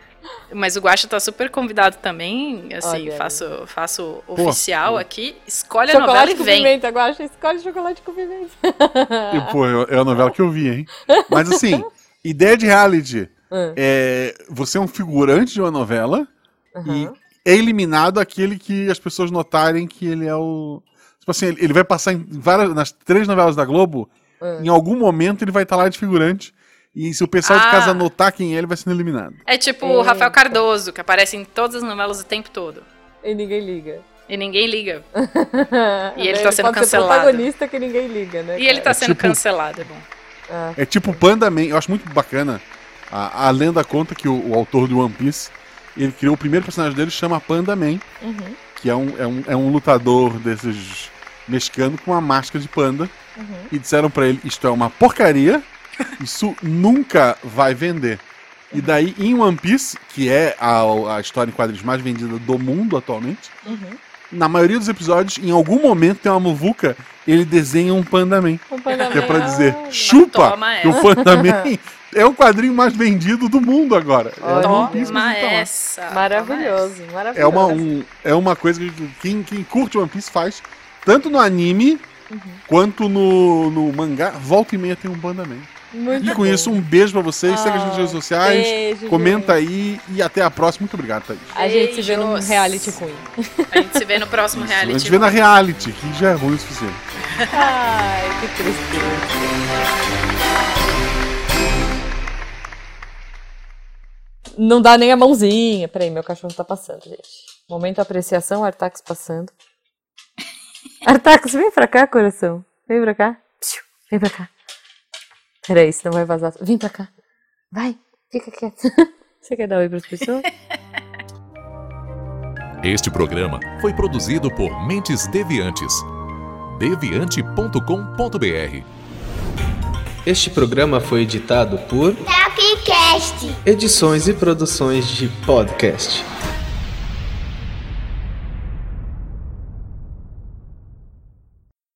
Speaker 3: Mas o Guaxa tá super convidado também. Assim,
Speaker 2: Olha aí.
Speaker 3: faço, faço
Speaker 1: Pô,
Speaker 3: oficial
Speaker 1: pô.
Speaker 3: aqui. Escolhe a novela
Speaker 2: Chocolate
Speaker 3: e
Speaker 2: com
Speaker 3: vem.
Speaker 2: pimenta, Guaxa. Escolhe chocolate com pimenta.
Speaker 1: E, pô, eu- é a novela que eu vi, hein? Mas assim, ideia de reality.
Speaker 2: Hum.
Speaker 1: É, você é um figurante de uma novela
Speaker 2: Aham.
Speaker 1: e é eliminado aquele que as pessoas notarem que ele é o. Tipo assim, ele ele vai passar em várias, nas três novelas da Globo,
Speaker 2: Hum.
Speaker 1: em algum momento ele vai estar lá de figurante. E se o pessoal de
Speaker 3: Ah.
Speaker 1: casa notar quem é, ele vai sendo eliminado.
Speaker 3: É tipo o
Speaker 2: Eita.
Speaker 3: Rafael Cardoso, que aparece em todas as novelas o tempo todo.
Speaker 2: E ninguém liga.
Speaker 3: E ninguém liga.
Speaker 2: E
Speaker 3: ele tá sendo
Speaker 2: pode
Speaker 3: cancelado.
Speaker 2: Ser protagonista que ninguém liga, né?
Speaker 3: E ele tá
Speaker 1: É
Speaker 3: sendo
Speaker 1: tipo-
Speaker 3: cancelado, é bom.
Speaker 2: Ah,
Speaker 1: É tipo o Panda Man, eu acho muito bacana. A, a lenda conta que o, o autor do One Piece, ele criou o primeiro personagem dele, chama Panda Man.
Speaker 2: uhum,
Speaker 1: que é um, é um, é um lutador desses mexicano com uma máscara de panda.
Speaker 2: uhum.
Speaker 1: E disseram pra ele: Isto é uma porcaria, isso nunca vai vender. E
Speaker 2: Uhum.
Speaker 1: daí, em One Piece, que é a, a história em quadrinhos mais vendida do mundo atualmente,
Speaker 2: uhum.
Speaker 1: na maioria dos episódios, em algum momento tem uma muvuca, ele desenha um Panda Man.
Speaker 2: Um panda
Speaker 1: Que é pra
Speaker 2: man.
Speaker 1: dizer: Chupa!
Speaker 3: Toma
Speaker 1: Que o
Speaker 3: essa.
Speaker 1: Panda Man É o quadrinho mais vendido do mundo agora. é
Speaker 2: Olha.
Speaker 1: One Piece,
Speaker 3: Toma
Speaker 1: mas não tá lá.
Speaker 3: essa. toma
Speaker 2: Maravilhoso, maravilhoso.
Speaker 1: É uma, um- é uma coisa que quem, quem curte One Piece faz, tanto no anime quanto no, no mangá. Volta e meia tem um Bandaman.
Speaker 2: Muito
Speaker 1: E com isso, um beijo pra vocês. Segue a gente nas redes
Speaker 2: Ah,
Speaker 1: sociais.
Speaker 2: beijo,
Speaker 1: comenta aí e até a próxima. Muito obrigado, Thaís.
Speaker 2: A gente se vê num
Speaker 3: Beijos.
Speaker 2: reality ruim.
Speaker 3: essa. A gente se vê no próximo
Speaker 1: Isso,
Speaker 3: reality.
Speaker 1: a gente vê na reality, que já é ruim o suficiente.
Speaker 2: Ai, que tristeza. Não dá nem a mãozinha. Peraí, meu cachorro tá passando, gente. Momento apreciação, Artax passando. Artax, vem pra cá, coração. Vem pra cá. Psiu, Vem pra cá. Peraí, senão vai vazar. Vem pra cá. Vai, fica quieto. Você quer dar oi pras pessoas?
Speaker 4: Este programa foi produzido por Mentes Deviantes. deviante.com.br
Speaker 5: Este programa foi editado por
Speaker 6: Tapcast.
Speaker 5: Edições e Produções de Podcast.